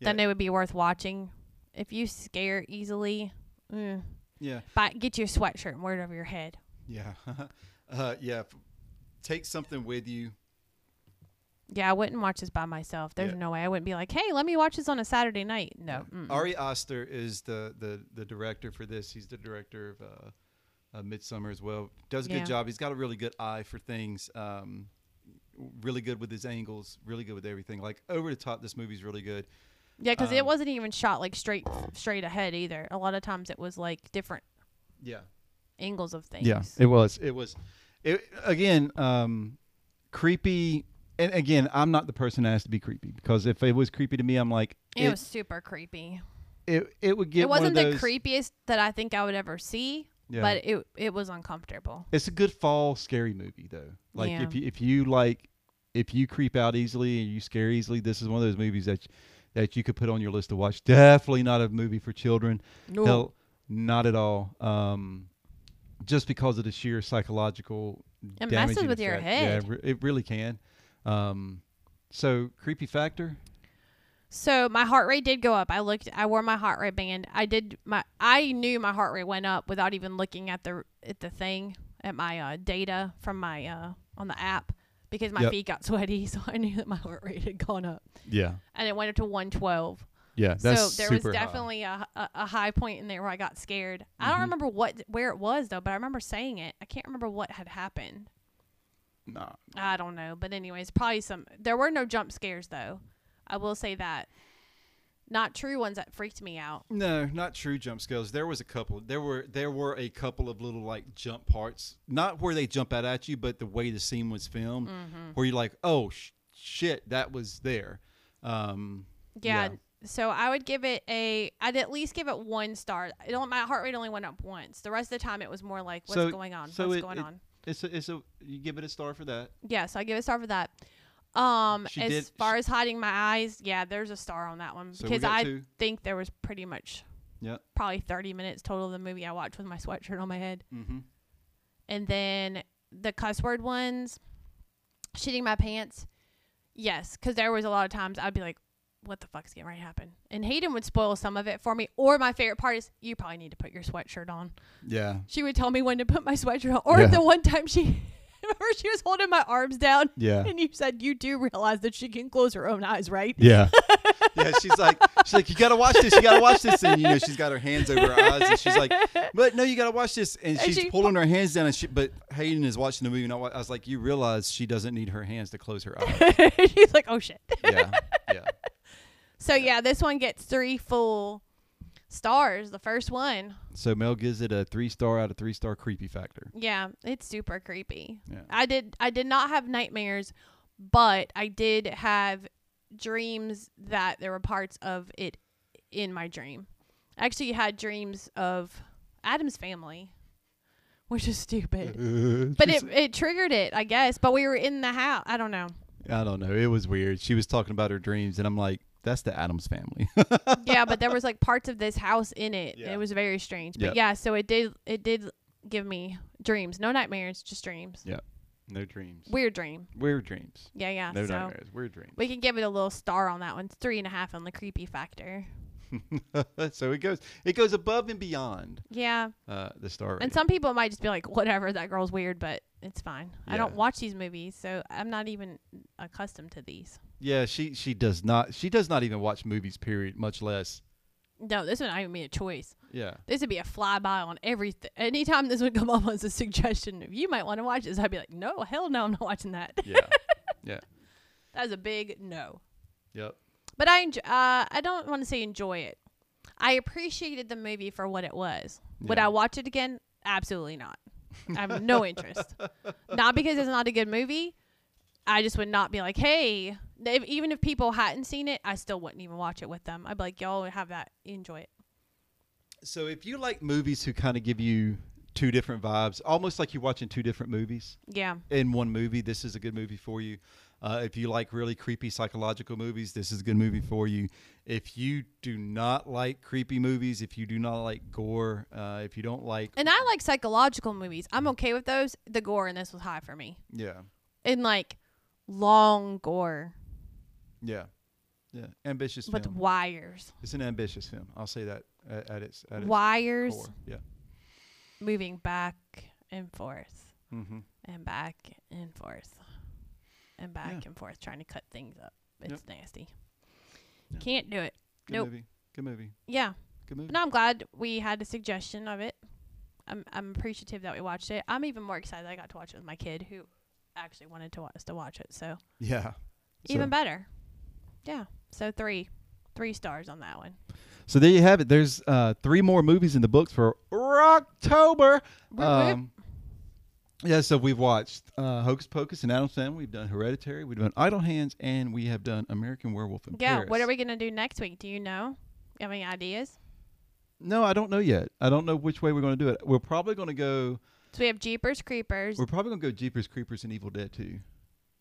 Then
Yeah.
it would be worth watching. If you scare easily, mm,
yeah
buy, get you a sweatshirt and wear it over your head.
Yeah. uh, yeah. f- Take something with you.
Yeah, I wouldn't watch this by myself. There's
Yeah.
no way. I wouldn't be like, hey, let me watch this on a Saturday night. No. mm-mm.
Ari Oster is the, the, the director for this. He's the director of uh, uh, Midsummer as well. Does a
Yeah.
good job. He's got a really good eye for things. Um, really good with his angles. Really good with everything. Like over the top, this movie's really good.
Yeah, because it
Um,
wasn't even shot like straight straight ahead either. A lot of times it was like different
Yeah.
angles of things.
Yeah, it was. It was. It again, um, creepy. And again, I'm not the person that has to be creepy because if it was creepy to me, I'm like,
it,
it
was super creepy.
it, it would get.
it
one of
wasn't the
those-
creepiest that I think I would ever see,
Yeah.
but it it was uncomfortable.
It's a good fall scary movie though. Like
Yeah.
if you if you like if you creep out easily and you scare easily, this is one of those movies that you, that you could put on your list to watch. Definitely not a movie for children.
No.
Hell, not at all. Um, just because of the sheer psychological
It
damaging
messes with your
effect.
head.
Yeah, it re- it really can. Um, so creepy factor.
So my heart rate did go up. I looked. I wore my heart rate band. I did my. I knew my heart rate went up without even looking at the at the thing at my uh, data from my uh, on the app because my
Yep.
feet got sweaty, so I knew that my heart rate had gone up,
Yeah,
and it went up to 112.
yeah.
so there was definitely a, a a high point in there where I got scared. I don't
Mhm.
remember what where it was though, but I remember saying it. I can't remember what had happened.
Nah.
I don't know, but anyways, probably some. There were no jump scares though. I will say that. Not true ones that freaked me out.
No, not true jump scares. There was a couple. There were there were a couple of little like jump parts, not where they jump out at you, but the way the scene was filmed,
Mm-hmm.
where you're like, oh sh- shit, that was there. Um,
Yeah. So I would give it a. I'd at least give it one star. It don't, my heart rate only went up once. The rest of the time, it was more like, what's
So-
going on?
so
what's
it-
going
it-
on?
it's a, it's a you give it a star for that.
Yeah. So I give it a star for that. Um,
She
as
did-
far as hiding my eyes, yeah, there's a star on that one
So we
because
got
I
two.
think there was pretty much
Yeah.
probably 30 minutes total of the movie I watched with my sweatshirt on my head.
Mm-hmm.
And then the cuss word ones, shitting my pants. Yes, because there was a lot of times I'd be like, what the fuck's getting ready to happen? And Hayden would spoil some of it for me. Or my favorite part is, you probably need to put your sweatshirt on.
Yeah.
She would tell me when to put my sweatshirt on. Or
Yeah.
the one time she, remember she was holding my arms down.
Yeah.
And you said, you do realize that she can close her own eyes, right?
Yeah. yeah, she's like, she's like, you gotta watch this, you gotta watch this, and you know, she's got her hands over her eyes, and she's like, but no, you gotta watch this, and
And
she's
she-
pulling her hands down, and she, but Hayden is watching the movie, and I wa- I was like, you realize she doesn't need her hands to close her eyes.
She's like, oh shit.
yeah, yeah,
So yeah, this one gets three full stars. The first one,
So Mel gives it a three star out of three star creepy factor.
yeah, it's super creepy.
Yeah.
I did I did not have nightmares, but I did have dreams that there were parts of it in my dream. I actually had dreams of Adam's family, which is stupid.
Uh-huh.
But it, it triggered it, I guess. But we were in the house. I don't know.
I don't know. It was weird. She was talking about her dreams, and I'm like, that's the Adams family.
yeah, but there was like parts of this house in it.
Yeah.
It was very strange. But
Yep.
yeah, so it did it did give me dreams. No nightmares, just dreams.
no dreams.
Weird dream.
Weird dreams.
Yeah, yeah.
No
so
nightmares. Weird dreams.
we can give it a little star on that one. It's three and a half on the creepy factor.
so it goes. It goes above and beyond
Yeah.
uh, the star rating.
And some people might just be like, Whatever, that girl's weird, but it's fine. I don't
Yeah.
watch these movies, so I'm not even accustomed to these.
Yeah, she she does not she does not even watch movies. Period. Much less.
No, this would not even be a choice.
Yeah.
This would be a flyby on everything. Anytime this would come up as a suggestion, of you might want to watch this, I'd be like, no, hell no, I'm not watching that.
Yeah.
That was a big no.
yep.
But I enj- uh, I don't want to say enjoy it. I appreciated the movie for what it was. Would
Yeah.
I watch it again? Absolutely not. I have no interest. Not because it's not a good movie. I just would not be like, hey, if, even if people hadn't seen it, I still wouldn't even watch it with them. I'd be like, y'all have that, enjoy it.
So if you like movies who kind of give you two different vibes, almost like you're watching two different movies
Yeah,
in one movie, this is a good movie for you. Uh, if you like really creepy psychological movies, this is a good movie for you. If you do not like creepy movies, if you do not like gore, uh, if you don't like
and I like psychological movies. I'm okay with those. The gore in this was high for me,
yeah,
and like long gore
yeah, yeah, ambitious
with
film.
wires,
It's an ambitious film. I'll say that at, at its at its
wires.
core. Yeah.
moving back and forth
Mm-hmm.
and back and forth and back
Yeah.
and forth trying to cut things up.
Yep.
It's nasty.
Yeah. Mm.
Can't do it.
Good
Nope.
movie. Good movie.
Yeah.
Good movie.
No, I'm glad we had a suggestion of it. I'm I'm appreciative that we watched it. I'm even more excited I got to watch it with my kid who actually wanted to wa- us to watch it. So
Yeah.
even
So-
better. Yeah. So three, three stars on that one.
So there you have it. There's uh, three more movies in the books for October.
Whip, whip.
Um, yeah, so we've watched uh, Hocus Pocus and Adam Sandler. We've done Hereditary. We've done Idle Hands, and we have done American Werewolf in
yeah.
Paris.
What are we gonna do next week? Do you know? You have any ideas?
No, I don't know yet. I don't know which way we're going to do it. We're probably going to go.
So we have Jeepers Creepers.
We're probably going to go Jeepers Creepers and Evil Dead too.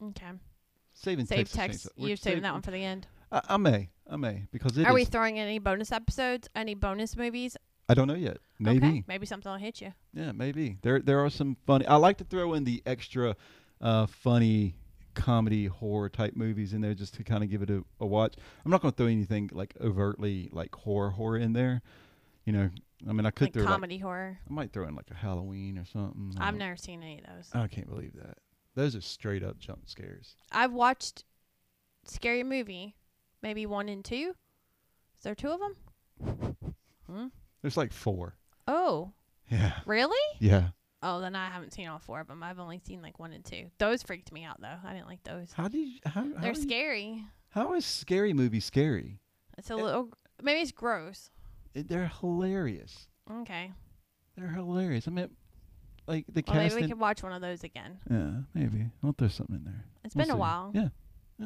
Okay.
Saving
Save
Texas
text.
Chainsaw- we're
You're saving
saving-
that one for the end.
I, I may. I may because it
Are we
is-
throwing any bonus episodes? Any bonus movies?
I don't know yet. Maybe.
Okay. Maybe something will hit you.
Yeah, maybe there there are some funny. I like to throw in the extra uh, funny comedy horror type movies in there just to kind of give it a, a watch. I'm not going to throw anything like overtly like horror horror in there. You know, I mean, I could
Like
throw. like-
comedy horror.
I might throw in like a Halloween or something. I
I've
don't-
never seen any of those.
I can't believe that. Those are straight up jump scares.
I've watched Scary Movie, maybe one and two. Is there two of them?
There's like four.
Oh,
Yeah.
really?
Yeah.
Oh, then I haven't seen all four of them. I've only seen like one and two. Those freaked me out though. I didn't like those.
How do you? How, how,
They're
do you-
scary.
how is scary movie scary?
It's
Uh,
a little. Maybe it's gross.
It, they're hilarious.
Okay.
They're hilarious. I mean, like the
Well, maybe
casting.
we could watch one of those again.
Yeah, maybe. I'll throw something in there.
It's
We'll
been a
see.
while.
Yeah.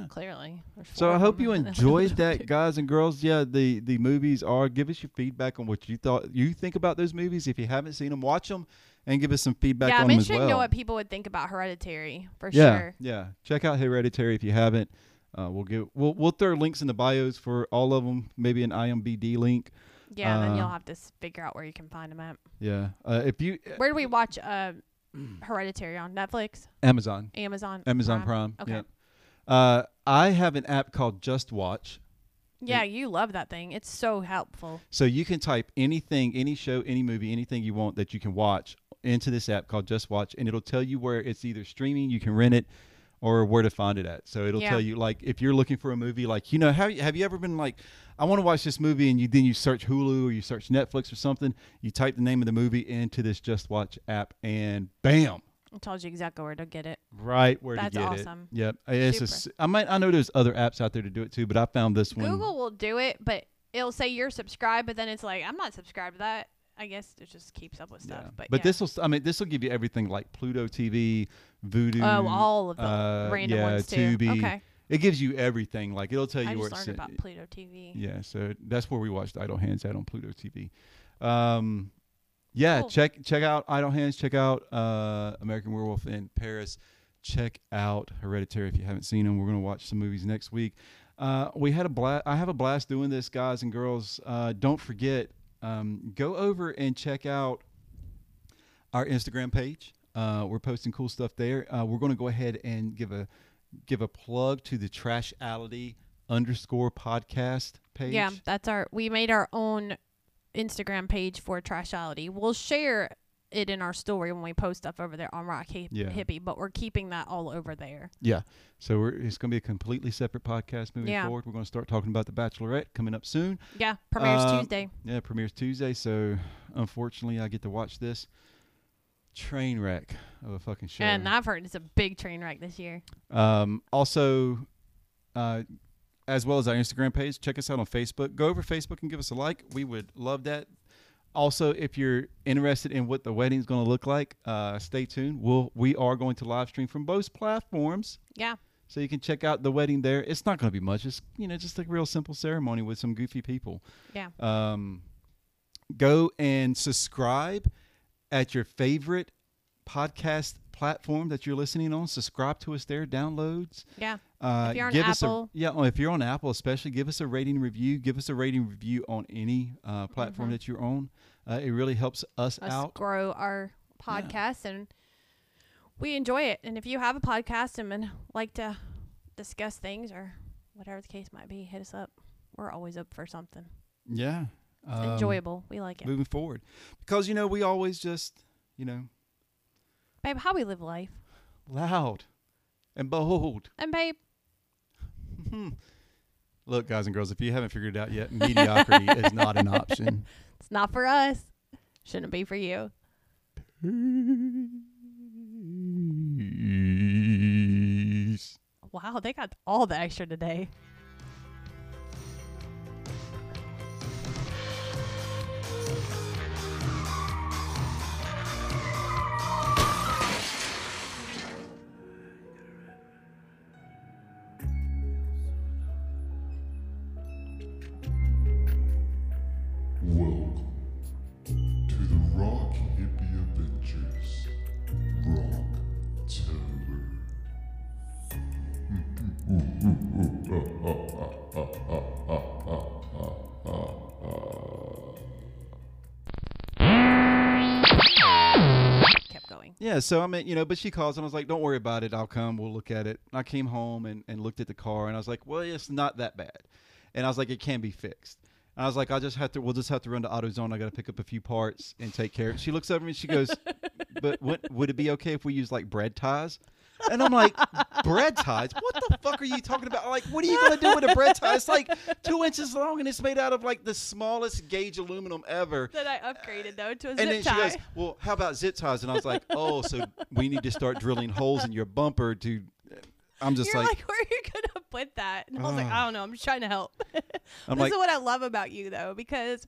Clearly. There's
So
four
I
of
hope
them.
you enjoyed that, guys and girls. Yeah, the the movies are. Give us your feedback on what you thought you think about those movies. If you haven't seen them, watch them and give us some feedback
yeah,
on
I'm
them as
interested
well.
to know what people would think about Hereditary for
yeah,
sure.
yeah. Check out Hereditary if you haven't. Uh, we'll give we'll we'll throw links in the bios for all of them. Maybe an IMBD link.
Yeah, and
Uh,
then you'll have to s- figure out where you can find them at.
Yeah. Uh, if you
Where do we watch uh, Hereditary on Netflix?
Amazon
Amazon.
Amazon Prime.
Okay.
yeah. Uh, I have an app called Just Watch.
Yeah, you love that thing. It's so helpful.
So you can type anything, any show, any movie, anything you want that you can watch into this app called Just Watch, and it'll tell you where it's either streaming, you can rent it, or where to find it at. So it'll
Yeah.
tell you like if you're looking for a movie, like you know, have you, have you ever been like, I want to watch this movie, and you then you search Hulu or you search Netflix or something, you type the name of the movie into this Just Watch app, and bam.
It tells you exactly where to get it.
Right where
That's
to get
awesome.
it. Yep. It's a
Super.
s- I might I know there's other apps out there to do it too, but I found this one.
Google will do it, but it'll say you're subscribed, but then it's like, I'm not subscribed to that. I guess it just keeps up with stuff.
Yeah.
But, yeah.
this will, I mean, this will give you everything like Pluto TV, Voodoo.
Oh, all of the
uh,
random
yeah,
ones too.
Tubi.
Okay.
It gives you everything. Like it'll tell
I
you where
just
it's.
learned about Pluto TV.
yeah, so that's where we watched Idle Hands at on Pluto TV. Um, yeah,
Cool.
check check out Idle Hands. Check out uh, American Werewolf in Paris. Check out Hereditary if you haven't seen them. We're gonna watch some movies next week. Uh, we had a blast. I have a blast doing this, guys and girls. Uh, don't forget, um, go over and check out our Instagram page. Uh, we're posting cool stuff there. Uh, we're going to go ahead and give a give a plug to the Trashality underscore podcast page.
Yeah, that's our. We made our own Instagram page for Trashality. We'll share it in our story when we post stuff over there on Rock Hi-
Yeah.
Hippie, but we're keeping that all over there.
Yeah. So we're, it's going to be a completely separate podcast moving
Yeah.
forward. We're going to start talking about The Bachelorette coming up soon.
Yeah, premieres
Um,
Tuesday.
Yeah, premieres Tuesday. So unfortunately, I get to watch this train wreck of a fucking show.
And I've heard it's a big train wreck this year.
Um, also, uh, as well as our Instagram page, check us out on Facebook. Go over Facebook and give us a like. We would love that. Also, if you're interested in what the wedding's going to look like, uh, stay tuned. We'll, we are going to live stream from both platforms,
Yeah.
so you can check out the wedding there. It's not going to be much. It's you know just a real simple ceremony with some goofy people.
Yeah.
Um, go and subscribe at your favorite podcast platform that you're listening on. Subscribe to us there. Downloads.
Yeah.
Uh,
If you're on
give
Apple-
us a yeah. well, If you're on Apple, especially, give us a rating review. Give us a rating review on any uh, platform that you're on. Uh, it really helps us,
Mm-hmm. us
out.
grow our podcast and we enjoy it. And if you have a podcast and would like to discuss things or whatever the case might be, hit us up. We're always up for something.
Yeah,
It's
Um,
enjoyable. We like it.
Moving forward, because you know we always just you know
Babe, how we live life.
loud and bold.
And babe,
Look, guys and girls, if you haven't figured it out yet, mediocrity is not an option.
it's not for us. Shouldn't be for you.
Peace.
Wow, they got all the extra today.
Welcome to the Rock Hippie Adventures. Rock Tober.
Kept going.
Yeah, so I mean, you know, but she calls and I was like, "Don't worry about it. I'll come. We'll look at it." And I came home and, and looked at the car and I was like, "Well, it's not that bad," and I was like, "It can be fixed." And I was like, "I just have to. We'll just have to run to AutoZone. I got to pick up a few parts and take care." of it. She looks over me and she goes, "But what, would it be okay if we use like bread ties?" And I'm like, "Bread ties? What the fuck are you talking about? Like, what are you gonna do with a bread tie? It's like two inches long and it's made out of like the smallest gauge aluminum ever."
Then I upgraded though to a
and then she goes, "Well, how about zip ties?" And I was like, "Oh, so we need to start drilling holes in your bumper to." I'm just
You're
like,
like, where are you gonna put that? And I was like,
Ugh.
I don't know. I'm just trying to help.
I'm
this
like,
is what I love about you though, because